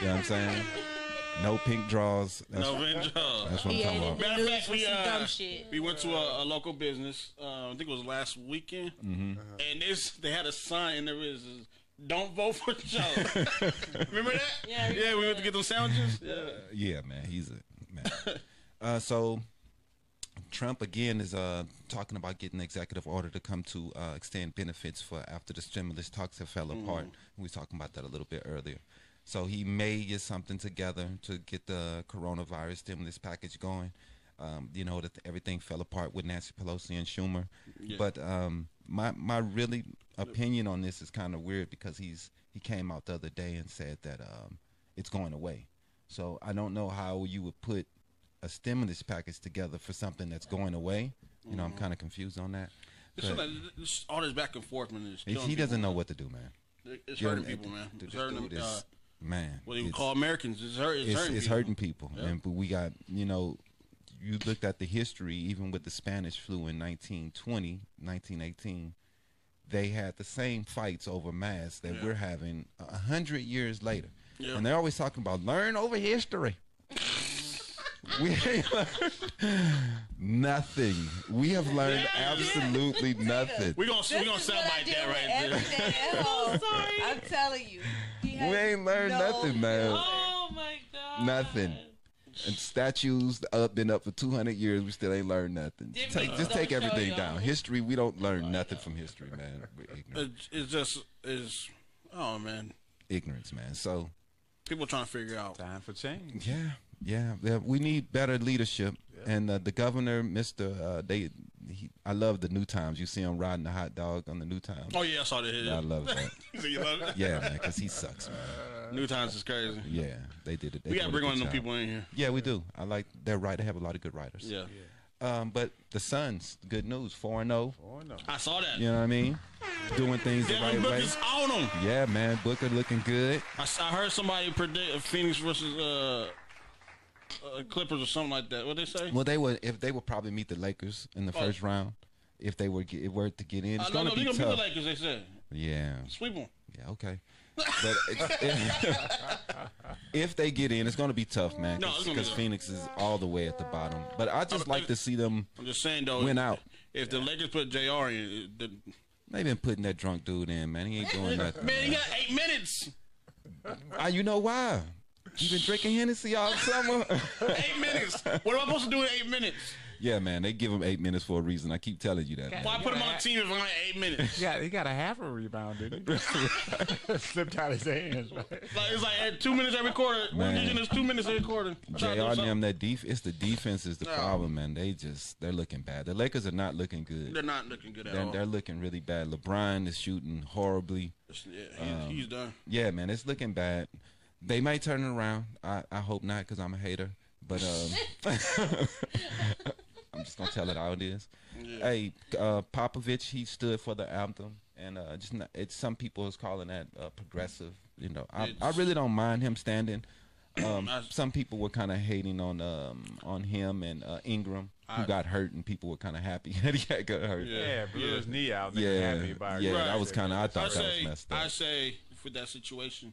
B: You know what I'm saying? No pink draws. That's,
A: No vengeance.
B: that's what I'm
D: He
B: talking
D: ain't in
B: about.
D: the
A: Matter of
D: news
A: fact,
D: for
A: we,
D: some
A: uh,
D: dumb shit.
A: We went to a, a local business. Uh, I think it was last weekend,
B: Mm-hmm.
A: and this they had a sign. and There is "Don't vote for Joe." remember that?
C: Yeah,
A: yeah.
C: I
A: We
C: remember
A: went to get those sandwiches. Yeah.
B: Yeah, man, he's a man. uh, so Trump again is uh, talking about getting an executive order to come to uh, extend benefits for after the stimulus talks have fell apart. We were talking about that a little bit earlier. So he may get something together to get the coronavirus stimulus package going. Um, you know that everything fell apart with Nancy Pelosi and Schumer, but um, my my really opinion on this is kind of weird because he's he came out the other day and said that um, it's going away. So I don't know how you would put a stimulus package together for something that's going away. You know,
A: Mm-hmm.
B: I'm kind of confused on that.
A: It's
B: But
A: like, it's all this back and forth, man. It's
B: he
A: killing
B: he doesn't
A: people.
B: know what to do, man.
A: It's
B: You know,
A: hurting
B: it-
A: people, man.
B: dude,
A: It's
B: this
A: hurting.
B: dude
A: them,
B: is-
A: Uh,
B: man.
A: what do you
B: it's-
A: call Americans? It's, hurt, it's,
B: It's,
A: hurting.
B: it's
A: people.
B: hurting people, and but we got you know you looked at the history, even with the Spanish flu in 1920, 1918, they had the same fights over masks that we're having a hundred years later.
A: Yeah.
B: And they're always talking about learn over history. we ain't learned nothing. We have learned absolutely nothing.
A: We gonna we gonna
G: This is what
A: sound
G: I
A: like that
G: deal with every
A: right there.
G: day at
D: Oh,
G: home. I'm telling you. He
B: We
G: has
B: ain't learned
G: no-
B: nothing, man.
C: Oh my god.
B: Nothing. And statues uh, been up for 200 years. We still ain't learned nothing.
C: Didn't
B: take,
C: we
B: just take
C: don't show
B: everything
C: y'all?
B: down. History, we don't learn nothing from history, man. We're ignorant.
A: It's, it's just is oh man,
B: Ignorance, man. So,
A: people trying to figure out.
E: Time for change.
B: yeah, yeah. yeah, we need better leadership. And uh, the governor, Mr. Uh, they, he, I love the New Times. You see him riding the hot dog on the New Times.
A: Oh yeah, I saw that.
B: I
A: Hit.
B: love that.
A: you love it?
B: Yeah, man, because he sucks, man.
A: New times is crazy.
B: Yeah, they did it. They
A: We gotta
B: doing a
A: bring
B: good
A: one of them
B: job.
A: people in here.
B: Yeah, we do. I like their right. They have a lot of good writers.
A: Yeah,
B: Um, but the Suns, good news, four and zero.
E: Oh no.
A: I saw that.
B: You know what I mean? Doing things the
A: Devin
B: right way.
A: Booker's on him.
B: Yeah, man. Booker looking good.
A: I, s- I heard somebody predict Phoenix versus uh, uh, Clippers or something like that. What they say?
B: Well, they would if they would probably meet the Lakers in the
A: Oh.
B: first round if they were get, were to get in. It's
A: I don't
B: gonna
A: know.
B: be
A: They're gonna
B: tough.
A: be the Lakers. They said
B: yeah,
A: sweep them.
B: yeah, okay. But if, if they get in, it's gonna be tough, man.
A: No, it's gonna be
B: Because
A: tough.
B: Phoenix is all the way at the bottom. But I just like to see them.
A: I'm just saying though.
B: Went
A: if-
B: out.
A: If the Lakers put Jr. in, it- the,
B: They've been putting that drunk dude in, man. He ain't doing nothing.
A: man, he got eight minutes.
B: Ah, you know why? You been drinking Hennessy all summer.
A: Eight minutes. What am I supposed to do in eight minutes?
B: yeah, man. They give him eight minutes for a reason. I keep telling you that. man.
A: Why put him on the team if I got eight minutes?
E: Yeah, he got a half a rebound, didn't he?
F: Slipped out his hands.
A: Like it's like at two minutes every quarter. We're
B: Man.
A: using this two minutes every quarter.
B: JR
A: Try to do
B: and
A: something.
B: them, that def- it's the defense is the problem, man. They just they're looking bad. The Lakers are not looking good.
A: They're not looking good at
B: They're,
A: all.
B: they're looking really bad. LeBron is shooting horribly.
A: yeah, he's,
B: Um,
A: he's done.
B: Yeah, man, it's looking bad. They may turn it around. I, I hope not because I'm a hater. But um, I'm just gonna tell it how it is. Hey, uh, Popovich, he stood for the anthem, and uh, just not, it's some people is calling that uh, progressive. You know, I, I
A: It's-
B: really don't mind him standing. Um,
A: I-
B: some people were kind of hating on um, on him and uh, Ingram, who
A: I-
B: got hurt, and people were kind of happy that he had got hurt.
A: Yeah.
E: yeah, blew his knee out. They
B: yeah,
E: happy about it.
B: yeah,
A: Right.
B: that was kind of I
A: I
B: thought that was
A: say,
B: messed up.
A: I say, for that situation,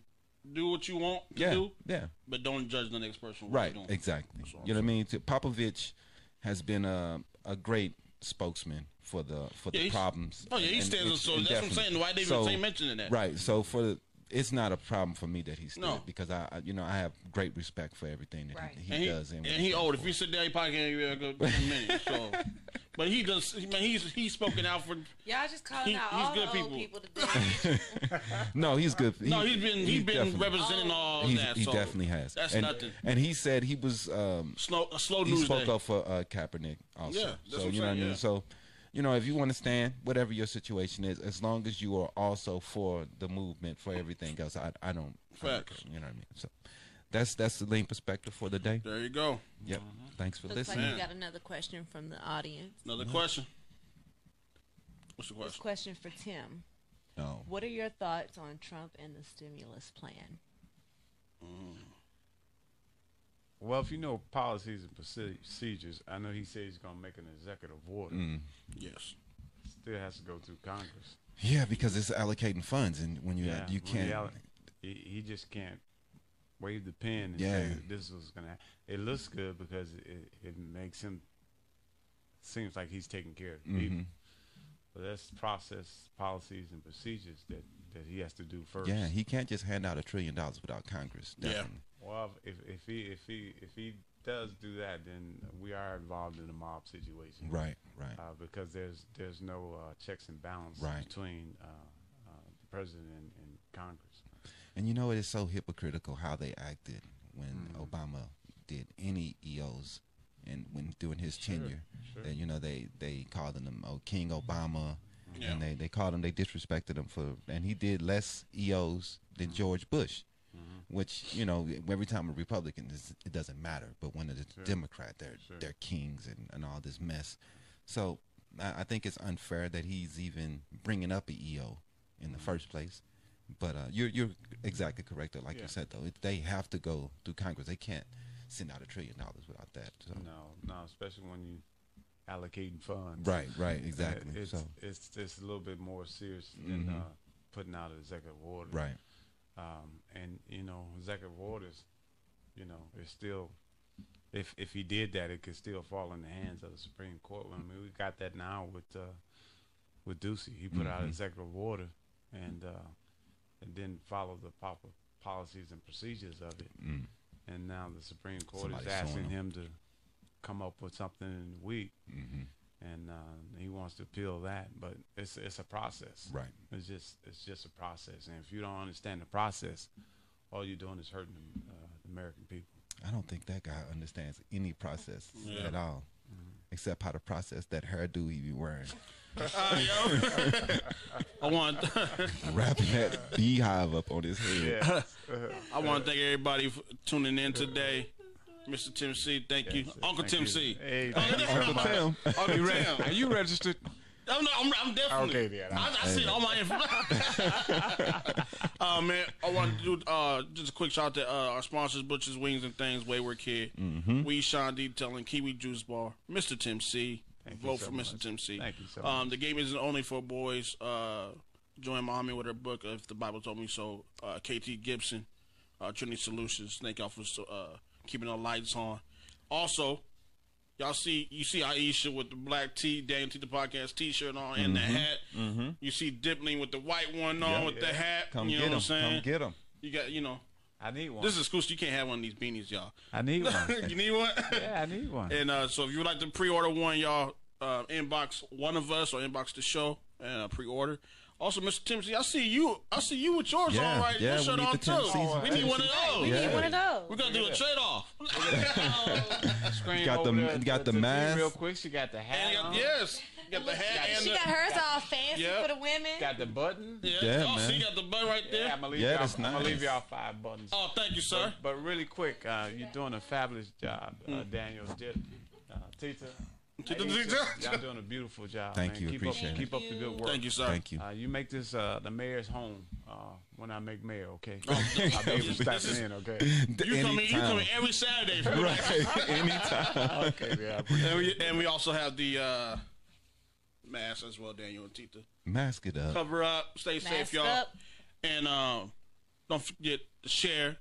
A: do what you want to
B: yeah,
A: do,
B: yeah.
A: but don't judge the next person. What
B: Right,
A: they're doing.
B: exactly.
A: That's what I'm
B: You know what I mean? So Popovich has been a a great spokesman for the for
A: Yeah,
B: the
A: he's-
B: problems.
A: Oh yeah, he
B: and-
A: stands
B: and
A: up. So
B: it's-
A: that's what I'm saying. Why they even
B: So-
A: say mentioning that?
B: Right. So for the, it's not a problem for me that he stood
A: No.
B: because I I- you know I have great respect for everything that
D: Right.
B: he, he
A: And he,
B: does
A: and
B: what
A: he
B: stands
A: old.
B: for.
A: If you sit there, he probably can't even go ten minutes. So, but he does. Man, he's he's spoken out for.
G: Y'all just calling
A: He-
G: out
A: he's
G: all
A: good
G: the
A: people.
G: old people today.
B: no, he's good.
A: No, he's been he's been
B: definitely-
A: representing all
B: he's-
A: that.
B: He
A: so
B: definitely has.
A: That's
B: and,
A: nothing.
B: And he said he was um,
A: Slow a slow
B: he
A: news
B: spoke
A: day.
B: up for uh, Kaepernick also.
A: Yeah, that's
B: so
A: what I'm
B: you
A: saying,
B: know what I
A: yeah.
B: mean. So you know if you want to stand, whatever your situation is, as long as you are also for the movement for everything else, I I don't. I don't
A: Facts.
B: care, you know what I mean. So that's that's the lean perspective for the day.
A: There you go.
B: Yep.
A: Mm-hmm.
B: Thanks for
D: Looks like
B: listening.
D: we got another question from the audience.
A: Another question. What's the
D: This
A: question?
D: question for Tim.
B: no.
D: What are your thoughts on Trump and the stimulus plan?
E: Well, if you know policies and proce- procedures, I know he said he's going to make an executive order.
B: Mm.
A: Yes.
E: Still has to go through Congress.
B: Yeah, because it's allocating funds, and when you you
E: when he
B: can't.
E: out- He, he just can't wave the pen and
B: Yeah.
E: say that this was going to happen. It looks good because it, it makes him seems like he's taking care of the
B: mm-hmm.
E: people. But that's process, policies, and procedures that, that he has to do first.
B: Yeah, he can't just hand out a trillion dollars without Congress.
A: Yeah.
B: Definitely.
E: Well, if, if he if he if he does do that, then we are involved in a mob situation,
B: Right. Right.
E: Uh, because there's there's no uh, checks and balances
B: Right.
E: between uh, uh, the president and, and Congress.
B: And you know it is so hypocritical how they acted when Obama did any EOs and when during his tenure. That, you know, they they called him oh, King Obama
A: Yeah.
B: and they, they called him they disrespected him for and he did less EOs than George Bush.
E: Mm-hmm.
B: Which you know, every time a Republican, it's- it doesn't matter. But when it's a Democrat, they're they're kings and, and all this mess. So I, I think it's unfair that he's even bringing up an EO in
E: Mm-hmm.
B: the first place. But uh, you're you're exactly correct. Though, like you said, though, it, they have to go through Congress. They can't send out a trillion dollars without that. So.
E: No, no, especially when you allocating funds.
B: Right, right,
E: Uh,
B: exactly.
E: It's,
B: so Mm-hmm.
E: it's it's a little bit more serious than uh, putting out an executive order.
B: right,
E: Um, and you know, executive orders, you know, it's still if if he did that, it could still fall in the hands of the Supreme Court. I mean, we got that now with uh, with Ducey. He put out
B: Mm-hmm.
E: an executive order, and uh, and didn't follow the proper policies and procedures of it. And now the Supreme Court
B: Somebody's
E: is
B: Mm. suing
E: asking
B: him.
E: him to come up with something in a week,
B: Mm-hmm.
E: and uh, he wants to appeal that. But it's it's a process.
B: Right.
E: It's just it's just a process, and if you don't understand the process, all you're doing is hurting the, uh, the American people.
B: I don't think that guy understands any process at all, except how to process that hairdo he be wearing,
A: I want
B: wrapping that beehive up on his head.
A: I want to thank everybody for tuning in today. Mr. Tim C, thank you. Uncle Tim C.
E: Hey,
B: Uncle Tim,
A: Uncle Tim.
E: are you registered?
A: I'm, not, I'm, I'm definitely.
F: Okay, then.
A: I, I see all my information. uh, man, I want to do uh, just a quick shout out to uh, our sponsors, Butchers Wings and Things, Wayward Kid,
E: Mm-hmm.
A: We Sean Detailing, Kiwi Juice Bar, Mr. Tim C.
E: Thank you
A: Vote
E: so
A: for Mr.
E: much.
A: Tim C.
E: Thank you so
A: Um,
E: much.
A: the game isn't only for boys. Uh, join Mommy with her book, If the Bible Told Me So. Uh, KT Gibson, uh, Trinity Solutions. Thank y'all for uh, keeping the lights on. Also, Y'all see, you see Aisha with the black tee, Daniel T the podcast T-shirt on and the
B: Mm-hmm.
A: hat. You see Dipling with the white one on with the hat.
B: come
A: you know what
B: get him,
A: I'm saying?
B: come get him.
A: you got, you know,
E: I need one.
A: this is exclusive. You can't have one of these beanies, y'all.
E: I need one.
A: you need one.
E: yeah, I need one.
A: and uh, so, if you would like to pre-order one, y'all uh, inbox one of us or inbox the show and uh, pre-order. Also, Mr. Timothy, I see you. I see you with yours
B: Yeah,
A: on right.
B: yeah,
A: Your
B: we
A: shirt
B: need
A: on
B: the
A: too.
B: Timothy's.
A: we need one of those.
D: We
B: Yeah.
D: need one of those.
A: We're gonna do a trade-off.
E: Screen
B: got the-
E: over there
B: you got
E: to-
B: the
E: to me
B: mask.
E: Real quick, she got the hat.
A: And, uh,
E: on,
A: yes, you got the hat and
D: She
A: the.
D: got hers all fancy
A: Yeah.
D: for the women.
E: Got the button.
A: Yeah,
B: Yeah,
A: oh,
B: man.
A: see, you got the button right there.
E: I'm gonna leave
B: Yeah,
E: y'all.
B: that's
E: I'm
B: nice.
E: gonna leave y'all five buttons.
A: Oh, thank you, sir. Hmm.
E: But really quick, uh, you're doing a fabulous job, uh, Daniel. Dip, uh, Tita.
A: Tita,
E: Aisha,
A: Tita.
E: Y'all doing a beautiful job.
B: Thank
E: man.
B: you,
E: Keep
B: appreciate
E: up,
B: it.
E: Keep up the good work.
A: Thank you, sir.
B: Thank you.
E: Uh, you make this uh, the mayor's home uh, when I make mayor, okay?
A: Oh,
E: I'll be able to stop in, okay?
A: You come in, you come in
B: Anytime.
A: every Saturday, for right.
B: anytime.
F: Okay, yeah.
A: and, we, and we also have the uh, mask as well, Daniel and Tita.
B: Mask it up.
A: Cover up, stay safe,
D: Mask
A: y'all,
D: up.
A: and um, don't forget to share,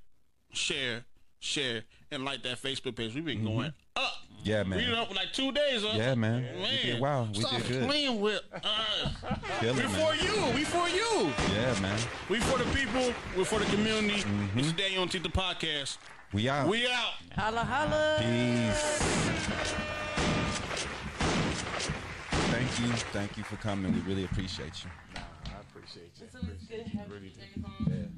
A: share, share, and like that Facebook page. We've been going up.
B: Yeah,
A: We've been
B: Mm-hmm. man.
A: up for like two days. Huh?
B: Yeah, man.
A: Man,
B: We did, wow, we
A: stop
B: did good.
A: playing with us.
B: Killing,
A: we for
B: man.
A: you. We for you.
B: Yeah, man.
A: We for the people. We're for the community. It's
B: Mm-hmm.
A: the Daniel and Tita podcast.
B: We out.
A: We out.
D: Holla, holla.
B: Peace. Thank you. Thank you for coming. We really appreciate you.
E: I appreciate you.
G: So it's good having you
E: Really do.
G: guys on.